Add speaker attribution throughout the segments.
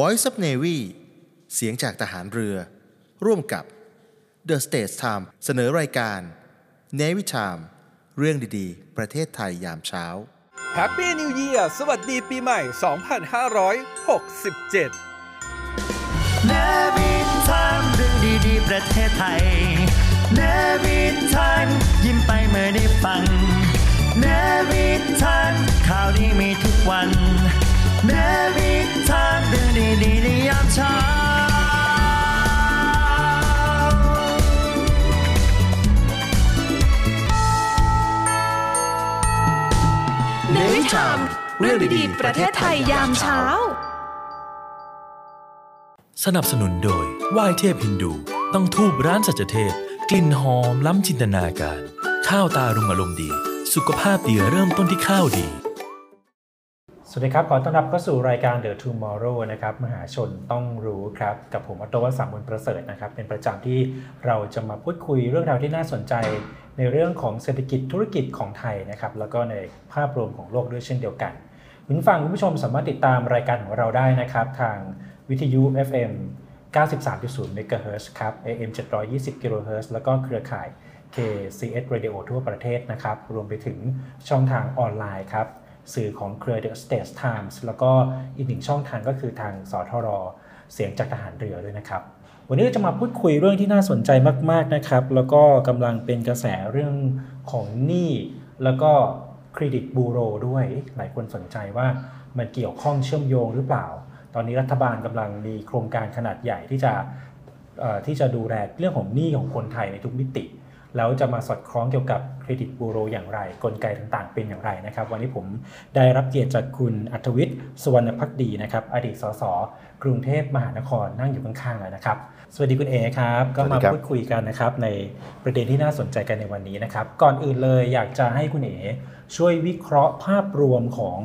Speaker 1: Voice of Navy เสียงจากทหารเรือ ร่วมกับ The States Time เสนอรายการ Navy Time เรื่องดีๆ ประเทศไทยยามเช้า
Speaker 2: Happy New Year สวัสดีปีใหม่ 2567
Speaker 3: เนวิทามเรื่องดีๆ ประเทศไทยเนวิทามยิ้มไปเมื่อได้ฟังเนวิทามข่าวดีมีทุกวันเนวิทามเรื่องดีๆในยามเช้า
Speaker 4: เนวิชามเรื่องดีๆ ประเทศไทยยามเช้า
Speaker 5: สนับสนุนโดยไหว้เทพฮินดู ต้องทูบร้านสัจเทพ กลิ่นหอมล้ำจินตนาการ ข้าวตารุงอารมณ์ดี สุขภาพดีเริ่มต้นที่ข้าวดี
Speaker 6: สวัสดีครับ ขอต้อนรับเข้าสู่รายการ The Tomorrow นะครับ มหาชนต้องรู้ครับ กับผมอตโตวสามุลประเสริฐนะครับ เป็นประจำที่เราจะมาพูดคุยเรื่องราวที่น่าสนใจ ในเรื่องของเศรษฐกิจธุรกิจของไทยนะครับ แล้วก็ในภาพรวมของโลกด้วยเช่นเดียวกัน คุณผู้ฟังคุณผู้ชมสามารถติดตามรายการของเราได้นะครับ ทางวิทยุ FM 93.0 MHz ครับ AM 720 kHz แล้วก็เครือข่าย KCS Radio ทั่วประเทศนะครับ รวมไปถึงช่องทางออนไลน์ครับ สื่อของเครือ The States Times แล้วก็อีกหนึ่งช่องทางก็คือทางสทร เสียงจากทหารเรือด้วยนะครับ วันนี้เราจะมาพูดคุยเรื่องที่น่าสนใจมาก ๆ นะครับ แล้วก็กำลังเป็นกระแสเรื่องของหนี้แล้วก็เครดิตบูโรด้วย หลายคนสนใจว่ามันเกี่ยวข้องเชื่อมโยงหรือเปล่า ตอนนี้รัฐบาลกำลังมีโครงการขนาดใหญ่ที่จะเอ่อที่จะดูแลเรื่องของหนี้ของคนไทยในทุกมิติ แล้วจะมาสอดคล้องเกี่ยวกับเครดิตบูโรอย่างไร กลไกต่างๆ เป็นอย่างไรนะครับ วันนี้ผมได้รับเกียรติจากคุณอัธวิทย์สุวรรณพักดีนะครับ อดีตสสกรุงเทพมหานครนั่งอยู่ข้างๆแล้วนะครับ สวัสดีคุณเอครับ ก็มาพูดคุยกันนะครับ ในประเด็นที่น่าสนใจกันในวันนี้นะครับ ก่อนอื่นเลยอยากจะให้คุณเอช่วยวิเคราะห์ภาพรวมของ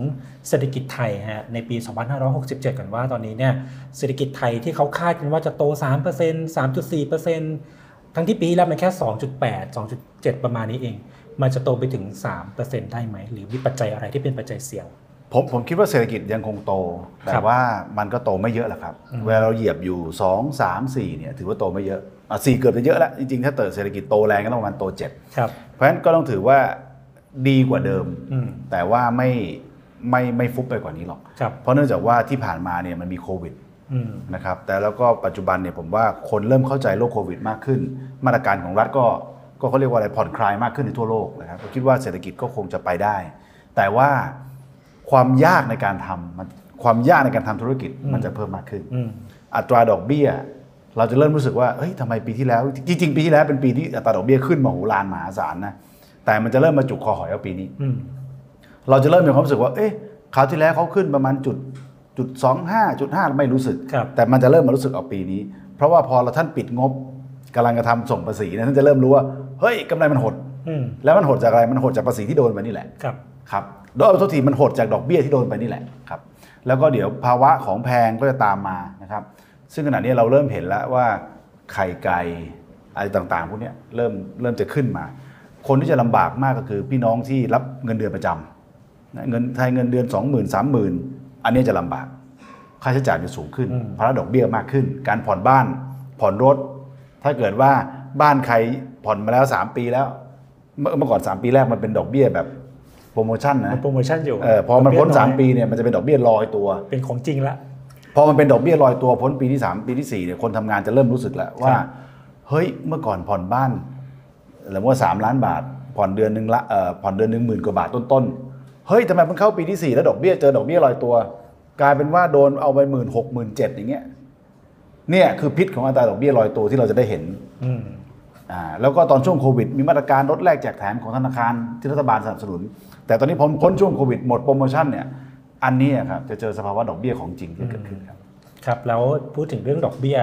Speaker 6: เศรษฐกิจไทยฮะในปี 2567 กันว่าตอนนี้เนี่ยเศรษฐกิจไทยที่เขาคาดกันว่าจะโต 3% 3.4% ทั้งที่ปีที่แล้วมันแค่ 2.8 2.7 ประมาณนี้เอง มันจะโตไปถึง 3%ได้ไหม หรือมีปัจจัยอะไรที่เป็นปัจจัยเสี่ยง
Speaker 7: ผมผมคิดว่าเศรษฐกิจยังคงโต
Speaker 6: ค
Speaker 7: แต่
Speaker 6: รับ
Speaker 7: ว่ามันก็โตไม่เยอะแหละครับ
Speaker 6: อืม
Speaker 7: เวลาเราเหยียบอยู่ 2 3 4เนี่ยถือว่าโตไม่เยอะอ่ะสี่เกือบจะเยอะแล้ว จริงๆ ถ้าเติดเศรษฐกิจโตแรงก็ต้องประมาณโต 7
Speaker 6: ครับ
Speaker 7: เพราะฉะนั้นก็ต้องถือว่าดีกว่าเดิม
Speaker 6: อืม
Speaker 7: แต่ว่าไม่ไม่ไม่ฟุบไปกว่านี้หรอก
Speaker 6: ครับ
Speaker 7: เพราะเนื่องจากว่าที่ผ่านมาเนี่ยมันมีโควิด
Speaker 6: อืม
Speaker 7: นะครับแต่แล้วก็ปัจจุบันเนี่ยผมว่าคนเริ่มเข้าใจโรคโควิดมากขึ้น มาตรการของรัฐก็ก็เขาเรียกว่าอะไรผ่อนคลายมากขึ้นในทั่วโลกนะครับผมคิดว่าเศรษฐกิจก็คงจะไปได้ แต่ว่าความยากในการทำมันความยากในการทำธุรกิจ
Speaker 6: อืม
Speaker 7: มันจะเพิ่มมากขึ้น
Speaker 6: อืม
Speaker 7: อัตราดอกเบี้ย เราจะเริ่มรู้สึกว่าเฮ้ยทำไมปีที่แล้ว จริงๆ ปีที่แล้วเป็นปีที่อัตราดอกเบี้ยขึ้นมโหฬารมหาศาลนะแต่มันจะเริ่มมาจุกคอหอยเอาปีนี้
Speaker 6: อืม
Speaker 7: เราจะเริ่มมีความรู้สึกว่า เอ๊ะ คราวที่แล้วเขาขึ้นประมาณจุดจุดสองห้าจุดห้าไม่รู้สึก
Speaker 6: ครับ
Speaker 7: แต่มันจะเริ่มมารู้สึกเอาปีนี้ เพราะว่าพอเราท่านปิดงบกำลังกระทำส่งภาษีเนะท่านจะเริ่มรู้ว่า เฮ้ยกำไรมันหด
Speaker 6: อืม
Speaker 7: แล้วมันหดจากอะไร มันหดจากภาษีที่โดนไปนี่แหละ
Speaker 6: ครับ
Speaker 7: ครับโดยเอาโทษทีมันหดจากดอกเบี้ยที่โดนไปนี่แหละครับ แล้วก็เดี๋ยวภาวะของแพงก็จะตามมานะครับ ซึ่งขณะนี้เราเริ่มเห็นแล้วว่าไข่ไก่อะไรต่างๆพวกเนี้ยเริ่มเริ่มจะขึ้นมา คนที่จะลำบากมากก็คือพี่น้องที่รับเงินเดือนประจำนะเงินไทยเงินเดือน 2 0 0 0 0 3 0 0 0 อันนี้จะลำบาก ค่าใช้จ่ายจะสูงขึ้น
Speaker 6: อืม
Speaker 7: ภาระดอกเบี้ยมากขึ้น การผ่อนบ้านผ่อนรถ ถ้าเกิดว่าบ้านใครผ่อนมาแล้ว 3 ปีแล้ว เมื่อเมื่อก่อน 3 ปีแรกมันเป็นดอกเบี้ยแบบโปรโมชั่นนะ
Speaker 6: มันโปรโมชั่นอยู่
Speaker 7: เออพอมันพ้น
Speaker 6: ดกเบี้ยอย
Speaker 7: 3 ปีเนี่ยมันจะเป็นดอกเบี้ยลอยตัว
Speaker 6: เป็นของจริงละ
Speaker 7: พอมันเป็นดอกเบี้ยลอยตัวพ้นปีที่ 3 ปีที่ 4เนี่ยคนทำงานจะเริ่มรู้สึกแล้วว่า
Speaker 6: ครับ
Speaker 7: เฮ้ยเมื่อก่อนผ่อนบ้านสมมติว่าสามล้านบาท ผ่อนเดือนหนึ่งละเอ่อผ่อนเดือนหนึ่งหมื่นกว่าบาทต้นๆเฮ้ยทำไมมันเข้าปีที่ 4 แล้วดอกเบี้ยเจอดอกเบี้ยลอยตัว กลายเป็นว่าโดนเอาไปหมื่นหกหมื่นเจ็ดอย่างเงี้ยเนี่ยคือพิษของอัตราดอกเบี้ยลอยตัวที่เราจะได้เห็น
Speaker 6: ืม
Speaker 7: อ่าแล้วก็ตอนช่วงโควิดมีมาตรการลดแลกแจกแถมของธนาคารที่รัฐบาลสนับสนุน แต่ตอนนี้พ้นพ้นช่วงโควิดหมดโปรโมชั่นเนี่ยอันนี้ครับจะเจอสภาวะดอกเบี้ยของจริงที่เกิดขึ้นครับ
Speaker 6: ครับ แล้วพูดถึงเรื่องดอกเบี้ย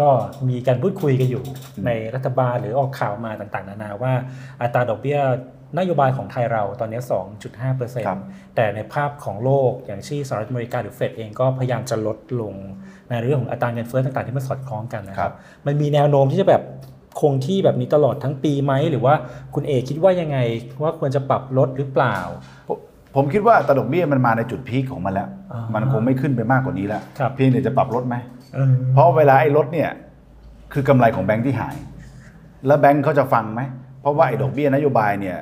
Speaker 6: ก็มีการพูดคุยกันอยู่
Speaker 7: อืม
Speaker 6: ในรัฐบาลหรือออกข่าวมาต่างๆ นานาว่าอัตราดอกเบี้ยนโยบายของไทยเราตอนนี้ 2.5%แต่ในภาพของโลกอย่างที่สหรัฐอเมริกาหรือเฟดเองก็พยายามจะลดลงในเรื่องของอัตราเงินเฟ้อต่างๆ ที่มันสอดคล้องกันนะครับ มันมีแนวโน้มที่จะแบบคงที่แบบนี้ตลอดทั้งปีไหม หรือว่าคุณเอคิดว่ายังไงว่าควรจะปรับลดหรือเปล่า
Speaker 7: ผม ผมคิดว่าอัตราดอกเบี้ยมันมาในจุดพีคของมันแล้ว
Speaker 6: อ่ามั
Speaker 7: มันคงไม่ขึ้นไปมากกว่านี้แล้ว
Speaker 6: ครับ
Speaker 7: เพียงแต่จะปรับลดไหม
Speaker 6: เออ
Speaker 7: เพราะเวลาไอ้ลดเนี่ยคือกำไรของแบงค์ที่หาย แล้วแบงค์เขาจะฟังไหม เพราะว่าไอ้ดอกเบี้ยนโยบายเนี่ย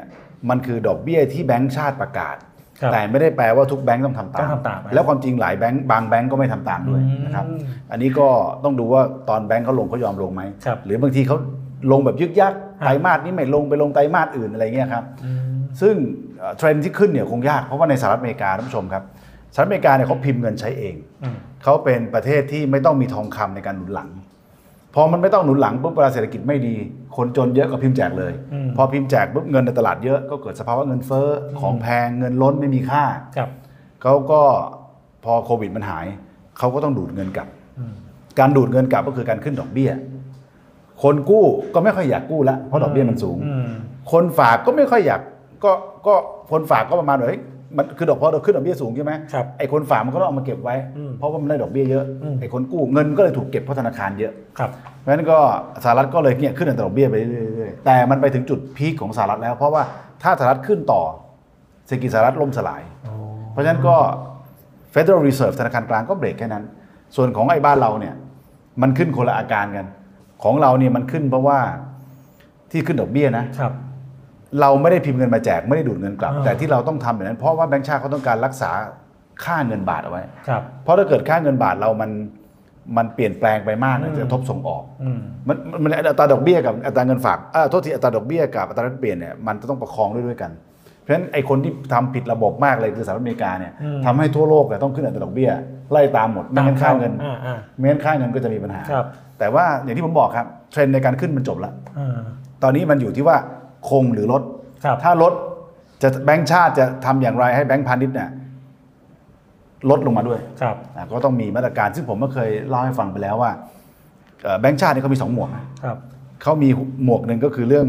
Speaker 7: มันคือดอกเบี้ยที่แบงค์ชาติประกาศ
Speaker 6: ครับ
Speaker 7: แต่ไม่ได้แปลว่าทุกแบงค์ต้องทำตาม
Speaker 6: ต้องทำตาม
Speaker 7: แล้วความจริงหลายแบงค์บางแบงค์ก็ไม่ทำตามด้วย
Speaker 6: อืม
Speaker 7: นะครับ อันนี้ก็ต้องดูว่าตอนแบงค์เขาลงเขายอมลงไหม
Speaker 6: ครับ
Speaker 7: หรือบางทีเขาลงแบบยึกยัก
Speaker 6: ครับ
Speaker 7: ไตรมาสนี้ไม่ลงไปลงไตรมาสอื่นอะไรเงี้ยครับ ซึ่งเอ่อเทรนด์ที่ขึ้นเนี่ยคงยากเพราะว่าในสหรัฐอเมริกาท่านผู้ชมครับสหรัฐอเมริกาเนี่ยเขาพิมพ์เงินใช้เอง
Speaker 6: อืม
Speaker 7: เขาเป็นประเทศที่ไม่ต้องมีทองคำในการหนุนหลัง พอมันไม่ต้องหนุนหลังปุ๊บเวลาเศรษฐกิจไม่ดี คนจนเยอะก็พิมพ์แจกเลย
Speaker 6: อืม
Speaker 7: พอพิมพ์แจกปุ๊บเงินในตลาดเยอะก็เกิดสภาวะเงินเฟ้ออของแพงเงินล้นไม่มีค่า
Speaker 6: ครับ
Speaker 7: เขาก็พอโควิดมันหายเขาก็ต้องดูดเงินกลับ
Speaker 6: อืม
Speaker 7: การดูดเงินกลับก็คือการขึ้นดอกเบี้ย คนกู้ก็ไม่ค่อยอยากกู้ละเพราะดอกเบี้ยมันสูง
Speaker 6: อืม
Speaker 7: คนฝากก็ไม่ค่อยอยากก็ก็คนฝากก็ประมาณว่าเฮ้ยมันคือดอกเพราะเราขึ้นดอกเบี้ยสูงใช่ไหม
Speaker 6: ครับ
Speaker 7: ไอ้คนฝากมันก็ต้องเอามาเก็บไว้
Speaker 6: อืม
Speaker 7: เพราะว่ามันได้ดอกเบี้ยเยอะ
Speaker 6: อืม
Speaker 7: ไอ้คนกู้เงินก็เลยถูกเก็บเพราะธนาคารเยอะ
Speaker 6: ครับ
Speaker 7: เพราะฉะนั้นก็สหรัฐก็เลยเนี่ยขึ้นอัตราดอกเบี้ยไปเรื่อยๆแต่มันไปถึงจุดพีคของสหรัฐแล้ว เพราะว่าถ้าสหรัฐขึ้นต่อเศรษฐกิจสหรัฐล่มสลาย เพราะฉะนั้นก็ Federal Reserve ธนาคารกลางก็เบรกแค่นั้น ส่วนของไอ้บ้านเราเนี่ยมันขึ้นคนละอาการกัน ของเราเนี่ยมันขึ้นเพราะว่าที่ขึ้นดอกเบี้ยนะ
Speaker 6: ครับ
Speaker 7: เราไม่ได้พิมพ์เงินมาแจกไม่ได้ดูดเงินกลับ
Speaker 6: อ่า
Speaker 7: แต่ที่เราต้องทำแบบนั้น เพราะว่าแบงก์ชาติเขาต้องการรักษาค่าเงินบาทเอาไว้
Speaker 6: ครับ
Speaker 7: เพราะถ้าเกิดค่าเงินบาทเรามันมันเปลี่ยนแปลงไปมากเนี่ย
Speaker 6: อืม
Speaker 7: จะกระทบส่งออก
Speaker 6: อืม
Speaker 7: มันมันมันอัตราดอกเบี้ยกับอัตราเงินฝากเอ่อโทษทีอัตราดอกเบี้ยกับอัตราแลกเปลี่ยนเนี่ยมันจะต้องประคองด้วยด้วยกัน เพราะฉะนั้นไอ้คนที่ทำผิดระบบมากเลยคือสหรัฐอเมริกาเนี่ย
Speaker 6: อืม
Speaker 7: ทำให้ทั่วโลกเนี่ยต้องขึ้นอัตราดอกเบี้ยไล่ตามหมดไม่งั้นค่าเงิน
Speaker 6: อ่าอ่า
Speaker 7: ไม่งั้นค่าเงินก็จะมีปัญหา
Speaker 6: ครับ
Speaker 7: แต่ว่าอย่างที่ผมบอกครับเทรนด์ในการขึ้นมันจบแล้ว
Speaker 6: อ่า
Speaker 7: ตอนนี้มันอยู่ที่ว่าคงหรือลด
Speaker 6: ครับ
Speaker 7: ถ้าลดจะแบงก์ชาติจะทำอย่างไรให้แบงก์พาณิชย์เนี่ยลดลงมาด้วย
Speaker 6: ครับ
Speaker 7: อ่ะก็ต้องมีมาตรการ ซึ่งผมก็เคยเล่าให้ฟังไปแล้วว่าเอ่อแบงก์ชาติเนี่ยเขามีสองหมวกนะครับ เขามีหมวกหนึ่งก็คือเรื่อง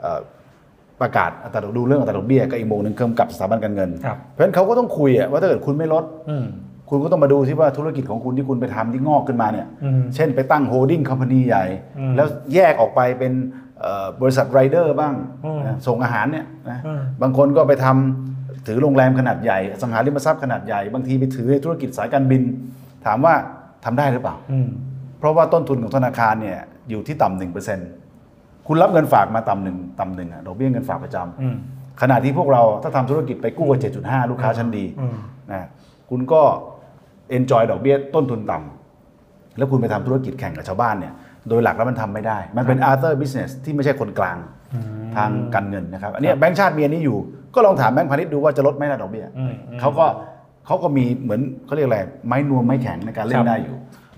Speaker 7: เอ่อประกาศอัตราดอกดูเรื่องอัตราดอกเบี้ยกับอีกหมวกหนึ่งเกี่ยวกับสถาบันการเงิน
Speaker 6: ครับ
Speaker 7: เพราะฉะนั้นเขาก็ต้องคุยอะว่าถ้าเกิดคุณไม่ลด
Speaker 6: อืม
Speaker 7: คุณก็ต้องมาดูที่ว่าธุรกิจของคุณที่คุณไปทำที่งอกขึ้นมาเนี่ย
Speaker 6: อืม
Speaker 7: เช่นไปตั้งโฮ l ดิ้งคอมพานีใหญ่
Speaker 6: อืม
Speaker 7: แล้วแยกออกไปเป็นเอ่อบริษัทไรเดอร์บ้าง
Speaker 6: อืม
Speaker 7: นะส่งอาหารเนี่ยนะ
Speaker 6: อืม
Speaker 7: บางคนก็ไปทำถือโรงแรมขนาดใหญ่อสังหาริมทรัพย์ขนาดใหญ่ บางทีไปถือในธุรกิจสายการบิน ถามว่าทำได้หรือเปล่า
Speaker 6: อืม
Speaker 7: เพราะว่าต้นทุนของธนาคารเนี่ยอยู่ที่ต่ำหนึ่งเปอร์เซ็นต์คุณรับเงินฝากมาต่ำหนึ่งต่ำหนึ่งอะดอกเบี้ยเงินฝากประจำ
Speaker 6: อืม
Speaker 7: ขณะที่พวกเราถ้าทำธุรกิจไปกู้กับ7.5 ลูกค้าชั้นดี
Speaker 6: อืม
Speaker 7: นะคุณก็ enjoy ดอกเบี้ยต้นทุนต่ำแล้วคุณไปทำธุรกิจแข่งกับชาวบ้านเนี่ยโดยหลักแล้วมันทำไม่ได้ มันเป็น other business ที่ไม่ใช่คนกลางทางการเงินนะครับ อันเนี้ยแบงก์ชาติมีอันนี้อยู่ ก็ลองถามแบงก์พาณิชย์ดูว่าจะลดไหมนะดอกเบี้ย
Speaker 6: อืมอืม
Speaker 7: เขาก็เขาก็มีเหมือนเขาเรียกอะไรไม้นวมไม้แข็งในการเล่
Speaker 6: ครั
Speaker 7: น
Speaker 6: บ
Speaker 7: ได้อยู่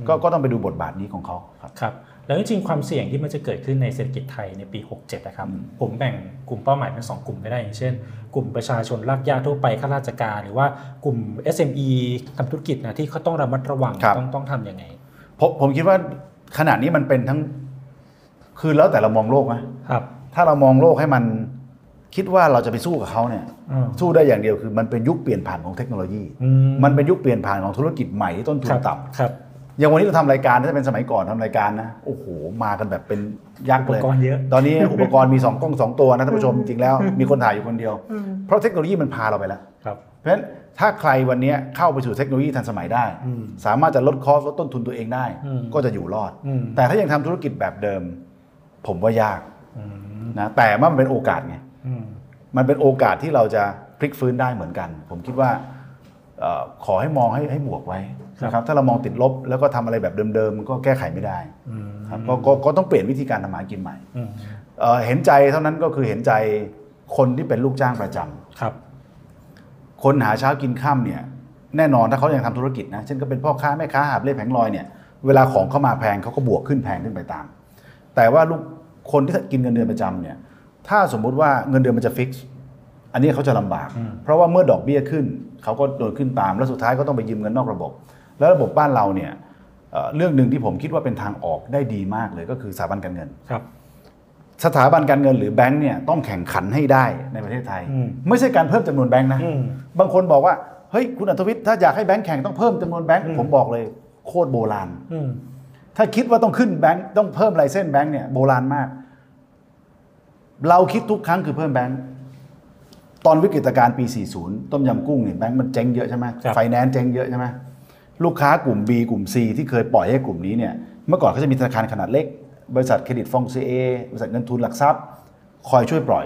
Speaker 7: ก็ก็ต้องไปดูบทบาทนี้ของเขาครับ
Speaker 6: ครับ แล้วจริงๆ ความเสี่ยงที่มันจะเกิดขึ้นในเศรษฐกิจไทยในปี 67 นะครับ ผมแบ่งกลุ่มเป้าหมายเป็น 2 กลุ่มก็ได้อย่างเช่น กลุ่มประชาชนรากหญ้าทั่วไปข้าราชการ หรือว่ากลุ่ม SME ทำธุรกิจนะที่เขาต้องระมัดระวัง
Speaker 7: ครับ
Speaker 6: ต้องต้องทำยังไง
Speaker 7: ผมผมคิดว่าขนาดนี้มันเป็นทั้งคือแล้วแต่เรามองโลกนะครับ ถ้าเรามองโลกให้มันคิดว่าเราจะไปสู้กับเขาเนี่ย
Speaker 6: อืม
Speaker 7: สู้ได้อย่างเดียวคือมันเป็นยุคเปลี่ยนผ่านของเทคโนโลยี
Speaker 6: อืม
Speaker 7: มันเป็นยุคเปลี่ยนผ่านของธุรกิจใหม่ที่ต้นทุ
Speaker 6: คน รับ
Speaker 7: ต่
Speaker 6: ครับ
Speaker 7: ำอย่างวันนี้เราทำรายการถ้าเป็นสมัยก่อนทำรายการนะโอ้โหมากันแบบเป็นยักษ์เลย
Speaker 6: อุปกรณ์เยอะ
Speaker 7: ตอนนี้ อุปกรณ์มีสองกล้องสองตัวนะท่านผู้ชมจริงแล้วมีคนถ่ายอยู่คนเดียว เพราะเทคโนโลยีมันพาเราไปแล้ว
Speaker 6: ครับ
Speaker 7: เพราะฉะนั้นถ้าใครวันนี้เข้าไปสู่เทคโนโลยีทันสมัยได้
Speaker 6: อืม
Speaker 7: สามารถจะลดคอสลดต้นทุนตัวเองได้
Speaker 6: อืม
Speaker 7: ก็จะอยู่รอด
Speaker 6: อืม
Speaker 7: แต่ถ้ายังทำธุรกิจแบบเดิม ผมว่ายาก
Speaker 6: อืม
Speaker 7: นะแต่ว่ามันเป็นโอกาสไง
Speaker 6: อืม
Speaker 7: มันเป็นโอกาสที่เราจะพลิกฟื้นได้เหมือนกัน ผมคิดว่าเออขอให้มองให้ให้บวกไว้
Speaker 6: ครับ
Speaker 7: นะครับถ้าเรามองติดลบแล้วก็ทำอะไรแบบเดิมๆมันก็แก้ไขไม่ได้
Speaker 6: อืม
Speaker 7: ครับก็ก็ก็ต้องเปลี่ยนวิธีการทำมาหากินใหม่
Speaker 6: อืม
Speaker 7: เอ่อเห็นใจเท่านั้นก็คือเห็นใจคนที่เป็นลูกจ้างประจำ
Speaker 6: ครับ
Speaker 7: คนหาเช้ากินข้ามเนี่ยแน่นอนถ้าเขายังทำธุรกิจนะเช่นก็เป็นพ่อค้าแม่ค้าหาบเล่แผงลอยเนี่ยเวลาของเข้ามาแพงเขาก็บวกขึ้นแพงขึ้นไปตาม แต่ว่าลูกคนที่กินเงินเดือนประจำเนี่ยถ้าสมมุติว่าเงินเดือนมันจะฟิกซ์อันนี้เขาจะลำบาก
Speaker 6: อืม
Speaker 7: เพราะว่าเมื่อดอกเบี้ยขึ้น เขาก็โดนขึ้นตาม แล้วสุดท้ายก็ต้องไปยืมเงินนอกระบบ แล้วระบบบ้านเราเนี่ยเอ่อเรื่องหนึ่งที่ผมคิดว่าเป็นทางออกได้ดีมากเลยก็คือสถาบันการเงิน
Speaker 6: ครับ
Speaker 7: สถาบันการเงินหรือแบงก์เนี่ยต้องแข่งขันให้ได้ในประเทศไทย
Speaker 6: อืม
Speaker 7: ไม่ใช่การเพิ่มจำนวนแบงก์นะ
Speaker 6: อืม
Speaker 7: บางคนบอกว่าเฮ้ยคุณอัธวิทย์ถ้าอยากให้แบงก์แข่งต้องเพิ่มจำนวนแบงก์
Speaker 6: อืม
Speaker 7: ผมบอกเลยโคตรโบราณ
Speaker 6: อืม
Speaker 7: ถ้าคิดว่าต้องขึ้นแบงค์ต้องเพิ่มลายเส้นแบงค์เนี่ยโบราณมาก เราคิดทุกครั้งคือเพิ่มแบงค์ ตอนวิกฤตการณ์ปี 40 ต้มยำกุ้งเนี่ยแบงก์มันเจ๊งเยอะใช่ไหม
Speaker 6: ครับ
Speaker 7: ไฟแนนซ์เจ๊งเยอะใช่ไหมลูกค้ากลุ่ม B กลุ่ม C ที่เคยปล่อยให้กลุ่มนี้เนี่ยเมื่อก่อนเขาจะมีธนาคารขนาดเล็ก บริษัทเครดิตฟองซีเอบริษัทเงินทุนหลักทรัพย์ คอยช่วยปล่อย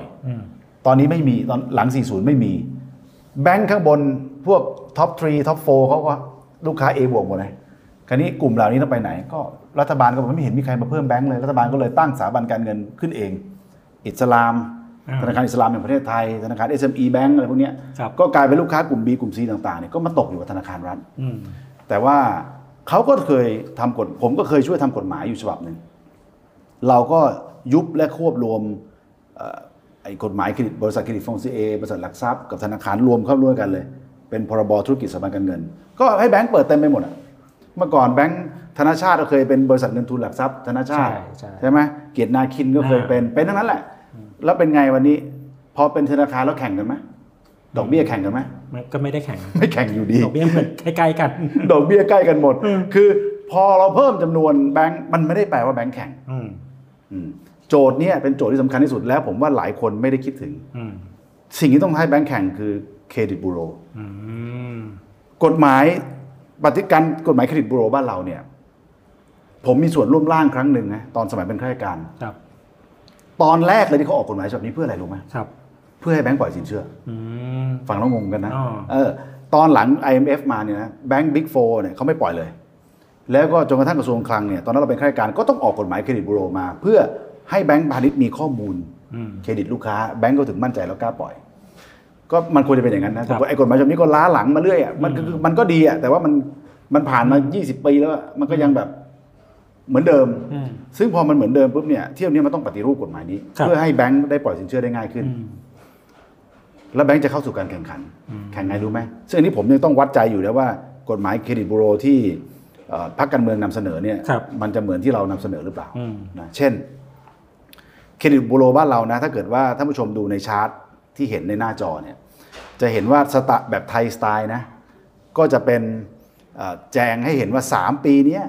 Speaker 7: ตอนนี้ไม่มีตอนหลัง 40 ไม่มี แบงก์ข้างบนพวกท็อปทรีท็อปโฟเขาก็ลูกค้า A บวกหมดเลยคราวนี้กลุ่มเหล่านี้ต้องไปไหน ก็รัฐบาลก็บอกไม่เห็นมีใครมาเพิ่มแบงก์เลย รัฐบาลก็เลยตั้งสถาบันการเงินขึ้นเอง อิสลาม
Speaker 6: อ่า
Speaker 7: ธนาคารอิสลามแห่งประเทศไทย ธนาคาร SME Bank อะไรพวกเนี้ย
Speaker 6: ครับ
Speaker 7: ก็กลายเป็นลูกค้ากลุ่ม B กลุ่ม C ต่างๆเนี่ยก็มาตกอยู่กับธนาคารรัฐ
Speaker 6: อืม
Speaker 7: แต่ว่าเขาก็เคยทำกฎผมก็เคยช่วยทำกฎหมายอยู่ฉบับหนึ่ง เราก็ยุบและควบรวมเอ่อไอ้กฎหมายเครดิตบริษัทเครดิตฟองซีเอบริษัทหลักทรัพย์กับธนาคารรวมเข้าร่วมกันเลย เป็นพรบธุรกิจสถาบันการเงิน ก็ให้แบงก์เปิดเต็มไปหมดอะเมื่อก่อนแบงก์ธนาชาติก็เคยเป็นบริษัทเงินทุนหลักทรัพย์ ธนาชาติ
Speaker 6: ใช่ใช่
Speaker 7: ไหมเกียรตินาคินก็เคย
Speaker 6: อ่า
Speaker 7: เป็นเป็นทั้งนั้นแหละ แล้วเป็นไงวันนี้พอเป็นธนาคารแล้วแข่งกันไหมดอกเบี้ยแข่งกันไหม
Speaker 6: มันก็ไม่ได้แข่ง
Speaker 7: ไม่แข่งอยู่ดี
Speaker 6: ดอกเบี้ยเหมือนใกล้ๆกัน
Speaker 7: ดอกเบี้ยใกล้กันหมด คือพอเราเพิ่มจำนวนแบงก์มันไม่ได้แปลว่าแบงก์แข่ง
Speaker 6: อืม
Speaker 7: อืมโจทย์เนี้เป็นโจทย์ที่สำคัญที่สุดแล้ว ผมว่าหลายคนไม่ได้คิดถึง
Speaker 6: อืม
Speaker 7: สิ่งที่ต้องให้แบงก์แข่งคือเครดิตบูโร
Speaker 6: อืม
Speaker 7: กฎหมายปฏิการกฎหมายเครดิตบูโรบ้านเราเนี่ย ผมมีส่วนร่วมร่างครั้งหนึ่งนะตอนสมัยเป็นข้าราชการ
Speaker 6: ครับ
Speaker 7: ตอนแรกเลยที่เขาออกกฎหมายฉบับนี้เพื่ออะไรรู้ไหม
Speaker 6: ครับ
Speaker 7: เพื่อให้แบงก์ปล่อยสินเชื่อ
Speaker 6: อืม
Speaker 7: ฟังแล้วงงกันนะ
Speaker 6: อ๋อ
Speaker 7: เออตอนหลัง IMF มาเนี่ยนะแบงก์บิ๊กโฟเนี่ยเขาไม่ปล่อยเลย แล้วก็จนกระทั่งกระทรวงคลังเนี่ยตอนนั้นเราเป็นข้าราชการก็ต้องออกกฎหมายเครดิตบูโรมา เพื่อให้แบงก์พาณิชย์มีข้อมูล
Speaker 6: อืม
Speaker 7: เครดิตลูกค้าแบงก์ก็ถึงมั่นใจแล้วกล้าปล่อย ก็มันควรจะเป็นอย่างนั้นนะครับ แต่ว่าไอ้กฎหมายฉบับนี้ก็ล้าหลังมาเรื่อยอ่ะมันก็คือมันก็ดีอ่ะแต่ว่ามันมันผ่านมา 20 ปีแล้วอะมันก็ยังแบบเหมือนเดิม
Speaker 6: อืม
Speaker 7: ซึ่งพอมันเหมือนเดิมปุ๊บเนี่ยเที่ยวนี้มันต้องปฏิรูปกฎหมายนี้
Speaker 6: ครับ
Speaker 7: เพื่อให้แบงก์ได้ปล่อยสินเชื่อได้ง่ายขึ้น
Speaker 6: อืม
Speaker 7: แล้วแบงค์จะเข้าสู่การแข่งขัน แข่งไงรู้ไหมซึ่งอันนี้ผมยังต้องวัดใจอยู่นะว่ากฎหมายเครดิตบูโรที่เอ่อพรรคการเมืองนำเสนอเนี่ย
Speaker 6: ครับ
Speaker 7: มันจะเหมือนที่เรานำเสนอหรือเปล่า
Speaker 6: อืม
Speaker 7: นะเช่นเครดิตบูโรบ้านเรานะ ถ้าเกิดว่าท่านผู้ชมดูในชาร์ตที่เห็นในหน้าจอเนี่ยจะเห็นว่าสตะแบบไทยสไตล์นะก็จะเป็นเอ่อแจงให้เห็นว่า 3 ปีเนี้ย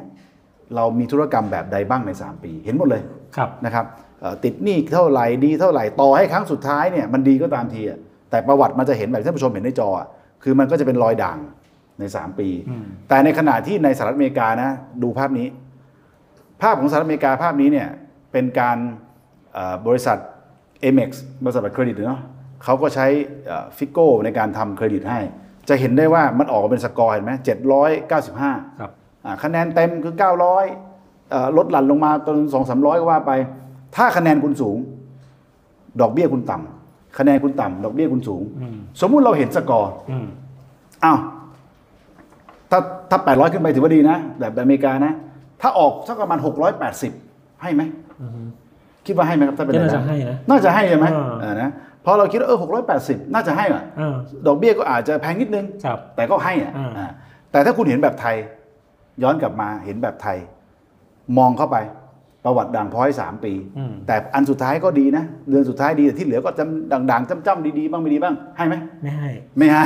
Speaker 7: เรามีธุรกรรมแบบใดบ้างใน 3 ปี เห็นหมดเลย
Speaker 6: ครับ
Speaker 7: นะครับเอ่อติดหนี้เท่าไหร่ดีเท่าไหร่ต่อให้ครั้งสุดท้ายเนี่ยมันดีก็ตามทีอะแต่ประวัติมันจะเห็นแบบที่ท่านผู้ชมเห็นในจออะคือมันก็จะเป็นรอยด่างใน 3 ปี แต่ในขณะที่ในสหรัฐอเมริกานะดูภาพนี้ ภาพของสหรัฐอเมริกาภาพนี้เนี่ยเป็นการเอ่อบริษัท Amex บริษัทบัตรเครดิตเนาะเขาก็ใช้ฟิโก้ในการทำเครดิตให้ จะเห็นได้ว่ามันออกมาเป็นสกอร์เห็นไหมเจ็ดร้อยเก้าสิบห้า
Speaker 6: ครับ
Speaker 7: อ่าคะแนนเต็มคือ 900เอ่อลดหลั่นลงมาจนสองสามร้อยก็ว่าไป ถ้าคะแนนคุณสูง ดอกเบี้ยคุณต่ำคะแนนคุณต่ำดอกเบี้ยคุณสูง สมมุติเราเห็นสกอร์
Speaker 6: อืม
Speaker 7: อ้าวถ้าถ้า 800 ขึ้นไปถือว่าดีนะ แบบอเมริกานะ ถ้าออกสักประมาณ 680 ให้ไหมคิดว่าให้ไหมครับถ้าเป็น
Speaker 6: ก็
Speaker 7: รยได้
Speaker 6: น่าจะให้นะ
Speaker 7: น่าจะให้ใช่ไหม
Speaker 6: อ่า
Speaker 7: อ่านะพอเราคิดว่าเออ680 น่าจะให้อ่ะ
Speaker 6: อ่า
Speaker 7: ดอกเบี้ยก็อาจจะแพงนิดนึง
Speaker 6: ครับ
Speaker 7: แต่ก็ให้อ่ะ
Speaker 6: อ่า
Speaker 7: อ่าแต่ถ้าคุณเห็นแบบไทย ย้อนกลับมาเห็นแบบไทย มองเข้าไป ประวัติด่างพร้อยสามปี แต่อันสุดท้ายก็ดีนะ เดือนสุดท้ายดีแต่ที่เหลือก็จำด่างๆจำๆดีๆ บ้างไม่ดีบ้าง ให้ไหม
Speaker 6: ไม่ให้
Speaker 7: ไม่ให้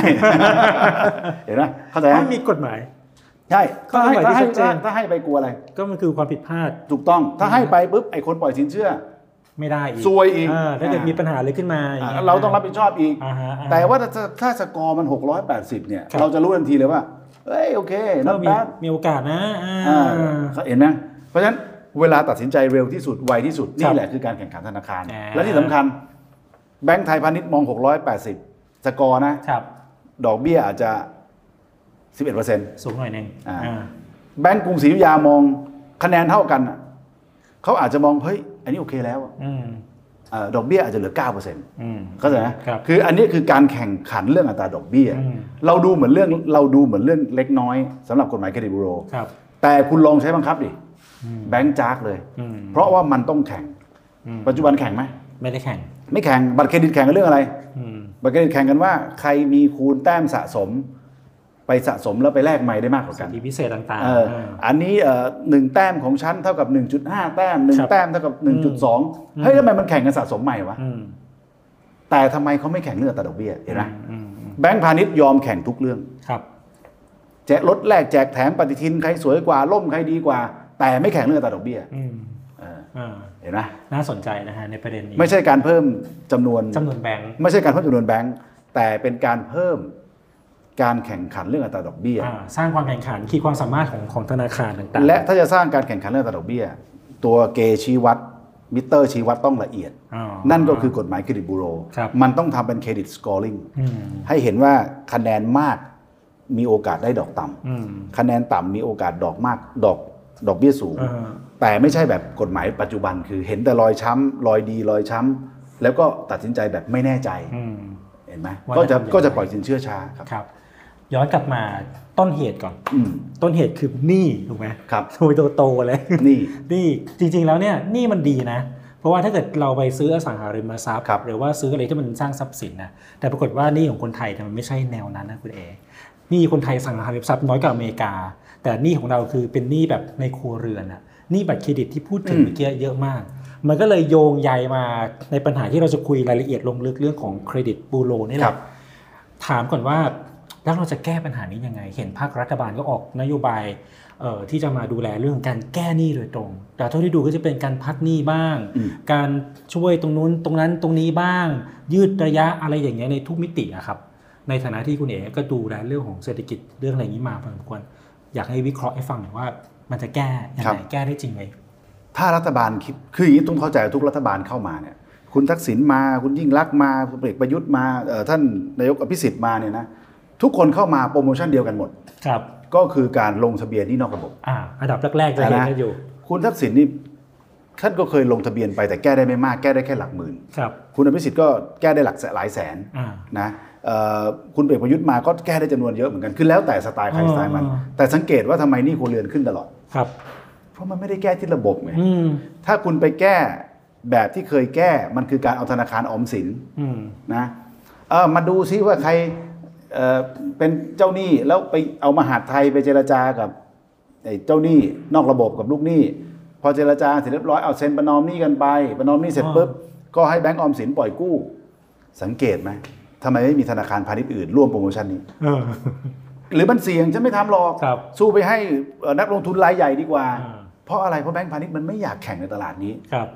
Speaker 7: เห็นไหมเข้าใจไหม
Speaker 6: ไม่มีกฎหมาย
Speaker 7: ใช่ถ้าให้
Speaker 6: ข้อความห
Speaker 7: ถ้า
Speaker 6: มายที่ชั
Speaker 7: ให้
Speaker 6: ดเจน
Speaker 7: ถ้าให้ไปกลัวอะไร
Speaker 6: ก็มันคือความผิดพลาด
Speaker 7: ถูกต้อง ถ้าให้ไปปุ๊บไอ้คนปล่อยสินเชื่อ
Speaker 6: ไม่ได้อีก
Speaker 7: ซวยอีก
Speaker 6: าถ้าเกิด
Speaker 7: อ่ามี
Speaker 6: มีปัญหาอะไรขึ้นมาย่
Speaker 7: อ่ะ
Speaker 6: ย
Speaker 7: เราต้องรับผิดชอบอีก
Speaker 6: อ่าฮะอ่ฮะ
Speaker 7: แต่ว่าถ้าถ้าสกอร์มัน 680 เนี่ย
Speaker 6: ครับ
Speaker 7: เราจะรู้ทันทีเลยว่า เอ้ยโอเคนั
Speaker 6: ก็
Speaker 7: บ
Speaker 6: มี
Speaker 7: แป๊บ
Speaker 6: มีโอกาสนะอ่า
Speaker 7: อ่าเห็นไหมเพราะฉะนั้นเวลาตัดสินใจเร็วที่สุด ไวที่สุด
Speaker 6: ครั
Speaker 7: นี่
Speaker 6: บ
Speaker 7: แหละคือการแข่งขันธนาคาร
Speaker 6: อ่า
Speaker 7: และที่สำคัญ แบงก์ไทยพาณิชย์มอง 680 สกอร์นะ
Speaker 6: ครับ
Speaker 7: ดอกเบี้ยอาจจะ 11เปอร์เซ็นต์
Speaker 6: สูงหน่อยหนึง
Speaker 7: อ่า
Speaker 6: อ่า
Speaker 7: แบงก์กรุงศรีอยุธยามองคะแนนเท่ากันน่ะเขาอาจจะมอง เฮ้ย อันนี้โอเคแล้วอ่ะ
Speaker 6: อืม
Speaker 7: เอ่อดอกเบี้ยอาจจะเหลือ9เปอร์เซ็นต์
Speaker 6: อืม
Speaker 7: เข้าใจไหม
Speaker 6: ครับ
Speaker 7: คืออันนี้คือการแข่งขันเรื่องอัตราดอกเบี้ย
Speaker 6: อืม
Speaker 7: เราดูเหมือนเรื่องเราดูเหมือนเรื่องเล็กน้อยสำหรับกฎหมายเครดิตบูโร
Speaker 6: ครับ
Speaker 7: แต่คุณลองใช้บังคับดิแบงค์จากเลย
Speaker 6: อืม
Speaker 7: เพราะว่ามันต้องแข่ง
Speaker 6: อืม
Speaker 7: ปัจจุบันแข่งไหม
Speaker 6: ไม่ได้แข่ง
Speaker 7: ไม่แข่งบัตรเครดิตแข่งกันเรื่องอะไร
Speaker 6: อืม
Speaker 7: บัตรเครดิตแข่งกันว่า ใครมีคูณแต้มสะสม ไปสะสมแล้วไปแลกใหม่ได้มากกว่ากัน
Speaker 6: ทีพิเศษต่าง
Speaker 7: เออ
Speaker 6: ๆา
Speaker 7: อันนี้เอ่อหนึ่งแต้มของฉันเท่ากับ 1.5 แต้มหนึ่ง
Speaker 6: ครับ
Speaker 7: แต้มเท่ากับ 1.2 เฮ้ยทำไมมันแข่งกันสะสมใหม่วะ
Speaker 6: อืม
Speaker 7: แต่ทำไมเขาไม่แข่งเรื่องอัตราดอกเบี้ยเห็นไหม
Speaker 6: อืมอืม
Speaker 7: แบงก์พาณิชย์ยอมแข่งทุกเรื่อง
Speaker 6: ครับ
Speaker 7: แจกลดแลกแจกแถมปฏิทินใครสวยกว่าล่มใครดีกว่า แต่ไม่แข่งเรื่องอัตราดอกเบี้ย
Speaker 6: อืม
Speaker 7: เออ
Speaker 6: อ่า
Speaker 7: เห็นไหม
Speaker 6: น่าสนใจนะฮะในประเด็นนี้
Speaker 7: ไม่ใช่การเพิ่มจำนวน
Speaker 6: จำนวนแบงค์
Speaker 7: ไม่ใช่การเพิ่มจำนวนแบงค์ แต่เป็นการเพิ่มการแข่งขันเรื่องอัตราดอกเบี้ย
Speaker 6: อ่าสร้างความแข่งขันขีดความสามารถของของธนาคารต่างๆ
Speaker 7: และถ้าจะสร้างการแข่งขันเรื่องอัตราดอกเบี้ย ตัวเกณฑ์ชี้วัดมิเตอร์ชี้วัดต้องละเอียด
Speaker 6: อ๋อ
Speaker 7: นั่นก็คือกฎหมายเครดิตบูโร
Speaker 6: ครับ
Speaker 7: มันต้องทำเป็นเครดิตสกอร์ลิง
Speaker 6: ม
Speaker 7: ให้เห็นว่าคะแนนมากมีโอกาสได้ดอกต่ำ
Speaker 6: อืม
Speaker 7: คะแนนต่ำมีโอกาสดอกมากดอกดอกเบี้ยสูง
Speaker 6: อ่า
Speaker 7: แต่ไม่ใช่แบบกฎหมายปัจจุบันคือเห็นแต่รอยช้ำรอยดีรอยช้ำแล้วก็ตัดสินใจแบบไม่แน่ใจ
Speaker 6: อืม
Speaker 7: เห็นไหม
Speaker 6: ว่า
Speaker 7: ก็จะ
Speaker 6: จะทำยังไง
Speaker 7: ก็จะปล่อยสินเชื่อช้าครับ
Speaker 6: ครับ ย้อนกลับมาต้นเหตุก่อน
Speaker 7: อืม
Speaker 6: ต้นเหตุคือหนี้ถูกไหม
Speaker 7: ครับ
Speaker 6: โดยโตๆเลย
Speaker 7: นี่
Speaker 6: นี่จริงๆแล้วเนี่ยหนี่มันดีนะ เพราะว่าถ้าเกิดเราไปซื้ออสังหาริมทรัพย์
Speaker 7: ครับ
Speaker 6: หรือว่าซื้ออะไรที่มันสร้างทรัพย์สินนะแต่ปรากฏว่าหนี่ของคนไทยเนี่ยมันไม่ใช่แนวนั้นนะคุณเอหนี่คนไทยสังหาริมทรัพย์น้อยกว่าอเมริกา แต่หนี่ของเราคือเป็นหนี้แบบในครัวเรือนอะหนี้บัตรเครดิตที่พูดถึง
Speaker 7: อืม
Speaker 6: เมื่อกี้เยอะมาก มันก็เลยโยงใยมาในปัญหาที่เราจะคุยรายละเอียดลงลึกเรื่องของเครดิตบูโรนี่แหละ ถามก่อนว่าแล้วเราจะแก้ปัญหานี้ยังไง เห็นภาครัฐบาลก็ออกนโยบายเอ่อที่จะมาดูแลเรื่องการแก้หนี้โดยตรง แต่เท่าที่ดูก็จะเป็นการพักหนี้บ้าง
Speaker 7: อืม
Speaker 6: การช่วยตรงนู้นตรงนั้นตรงนี้บ้าง ยืดระยะอะไรอย่างเงี้ยในทุกมิติอะครับ ในฐานะที่คุณเอ๋ก็ดูแลเรื่องของเศรษฐกิจเรื่องอะไรอย่างนี้มาพอสมควรอยากให้วิเคราะห์ให้ฟังหน่อยว่า มันจะแก้ยัง
Speaker 7: ครั
Speaker 6: ไง
Speaker 7: บ
Speaker 6: แก้ได้จริงไหม
Speaker 7: ถ้ารัฐบาลคิดคืออย่างนี้ต้องเข้าใจว่าทุกรัฐบาลเข้ามาเนี่ยคุณทักษิณมาคุณยิ่งรักษณ์มาพลเอกประยุทธ์มาเอ่อท่านนายกอภิสิทธิ์มาเนี่ยนะทุกคนเข้ามาโปรโมชั่นเดียวกันหมด
Speaker 6: ครับ
Speaker 7: ก็คือการลงทะเบียนหนี่นอกระบบ
Speaker 6: อ่าอันดับแรกๆจะเห็นกันอยู่
Speaker 7: คุณทักษิณนี่ท่านก็เคยลงทะเบียนไปแต่แก้ได้ไม่มากแก้ได้แค่หลักหมื่น
Speaker 6: ครับ
Speaker 7: คุณอภิสิทธิ์ก็แก้ได้หลักแสนหลายแสน
Speaker 6: อ่า
Speaker 7: นะเอ่อคุณเอกประยุทธ์มาก็แก้ได้จำนวนเยอะเหมือนกันคือแล้วแต่สไตล์ใครสไตล์มัน
Speaker 6: อ๋อ
Speaker 7: แต่สังเกตว่าทำไมหนี่ครัวเรือนขึ้นตลอด
Speaker 6: ครับ
Speaker 7: เพราะมันไม่ได้แก้ที่ระบบไง
Speaker 6: อืม
Speaker 7: ถ้าคุณไปแก้แบบที่เคยแก้มันคือการเอาธนาคารออมสิน
Speaker 6: อืม
Speaker 7: นะเออมาดูซิว่าใครเอ่อเป็นเจ้าหนี้แล้วไปเอามาหาดไทยไปเจรจากับไอ้เจ้าหนี้นอกระบบกับลูกหนี้ พอเจรจาเสร็จเรียบร้อยเอาเซ็นประนอมหนี้กันไปประนอมหนี้เสร็จปุ๊บก็ให้แบงก์ออมสินปล่อยกู้ สังเกตไหมทำไมไม่มีธนาคารพาณิชย์อื่นร่วมโปรโมชั่นนี้
Speaker 6: เออ
Speaker 7: หรือมันเสี่ยงฉันไม่ทำหรอก
Speaker 6: ครับ
Speaker 7: สู้ไปให้เอ่อนักลงทุนรายใหญ่ดีกว่า
Speaker 6: อ่า
Speaker 7: เพราะอะไรเพราะแบงก์พาณิชย์มันไม่อยากแข่งในตลาดนี้
Speaker 6: ครับ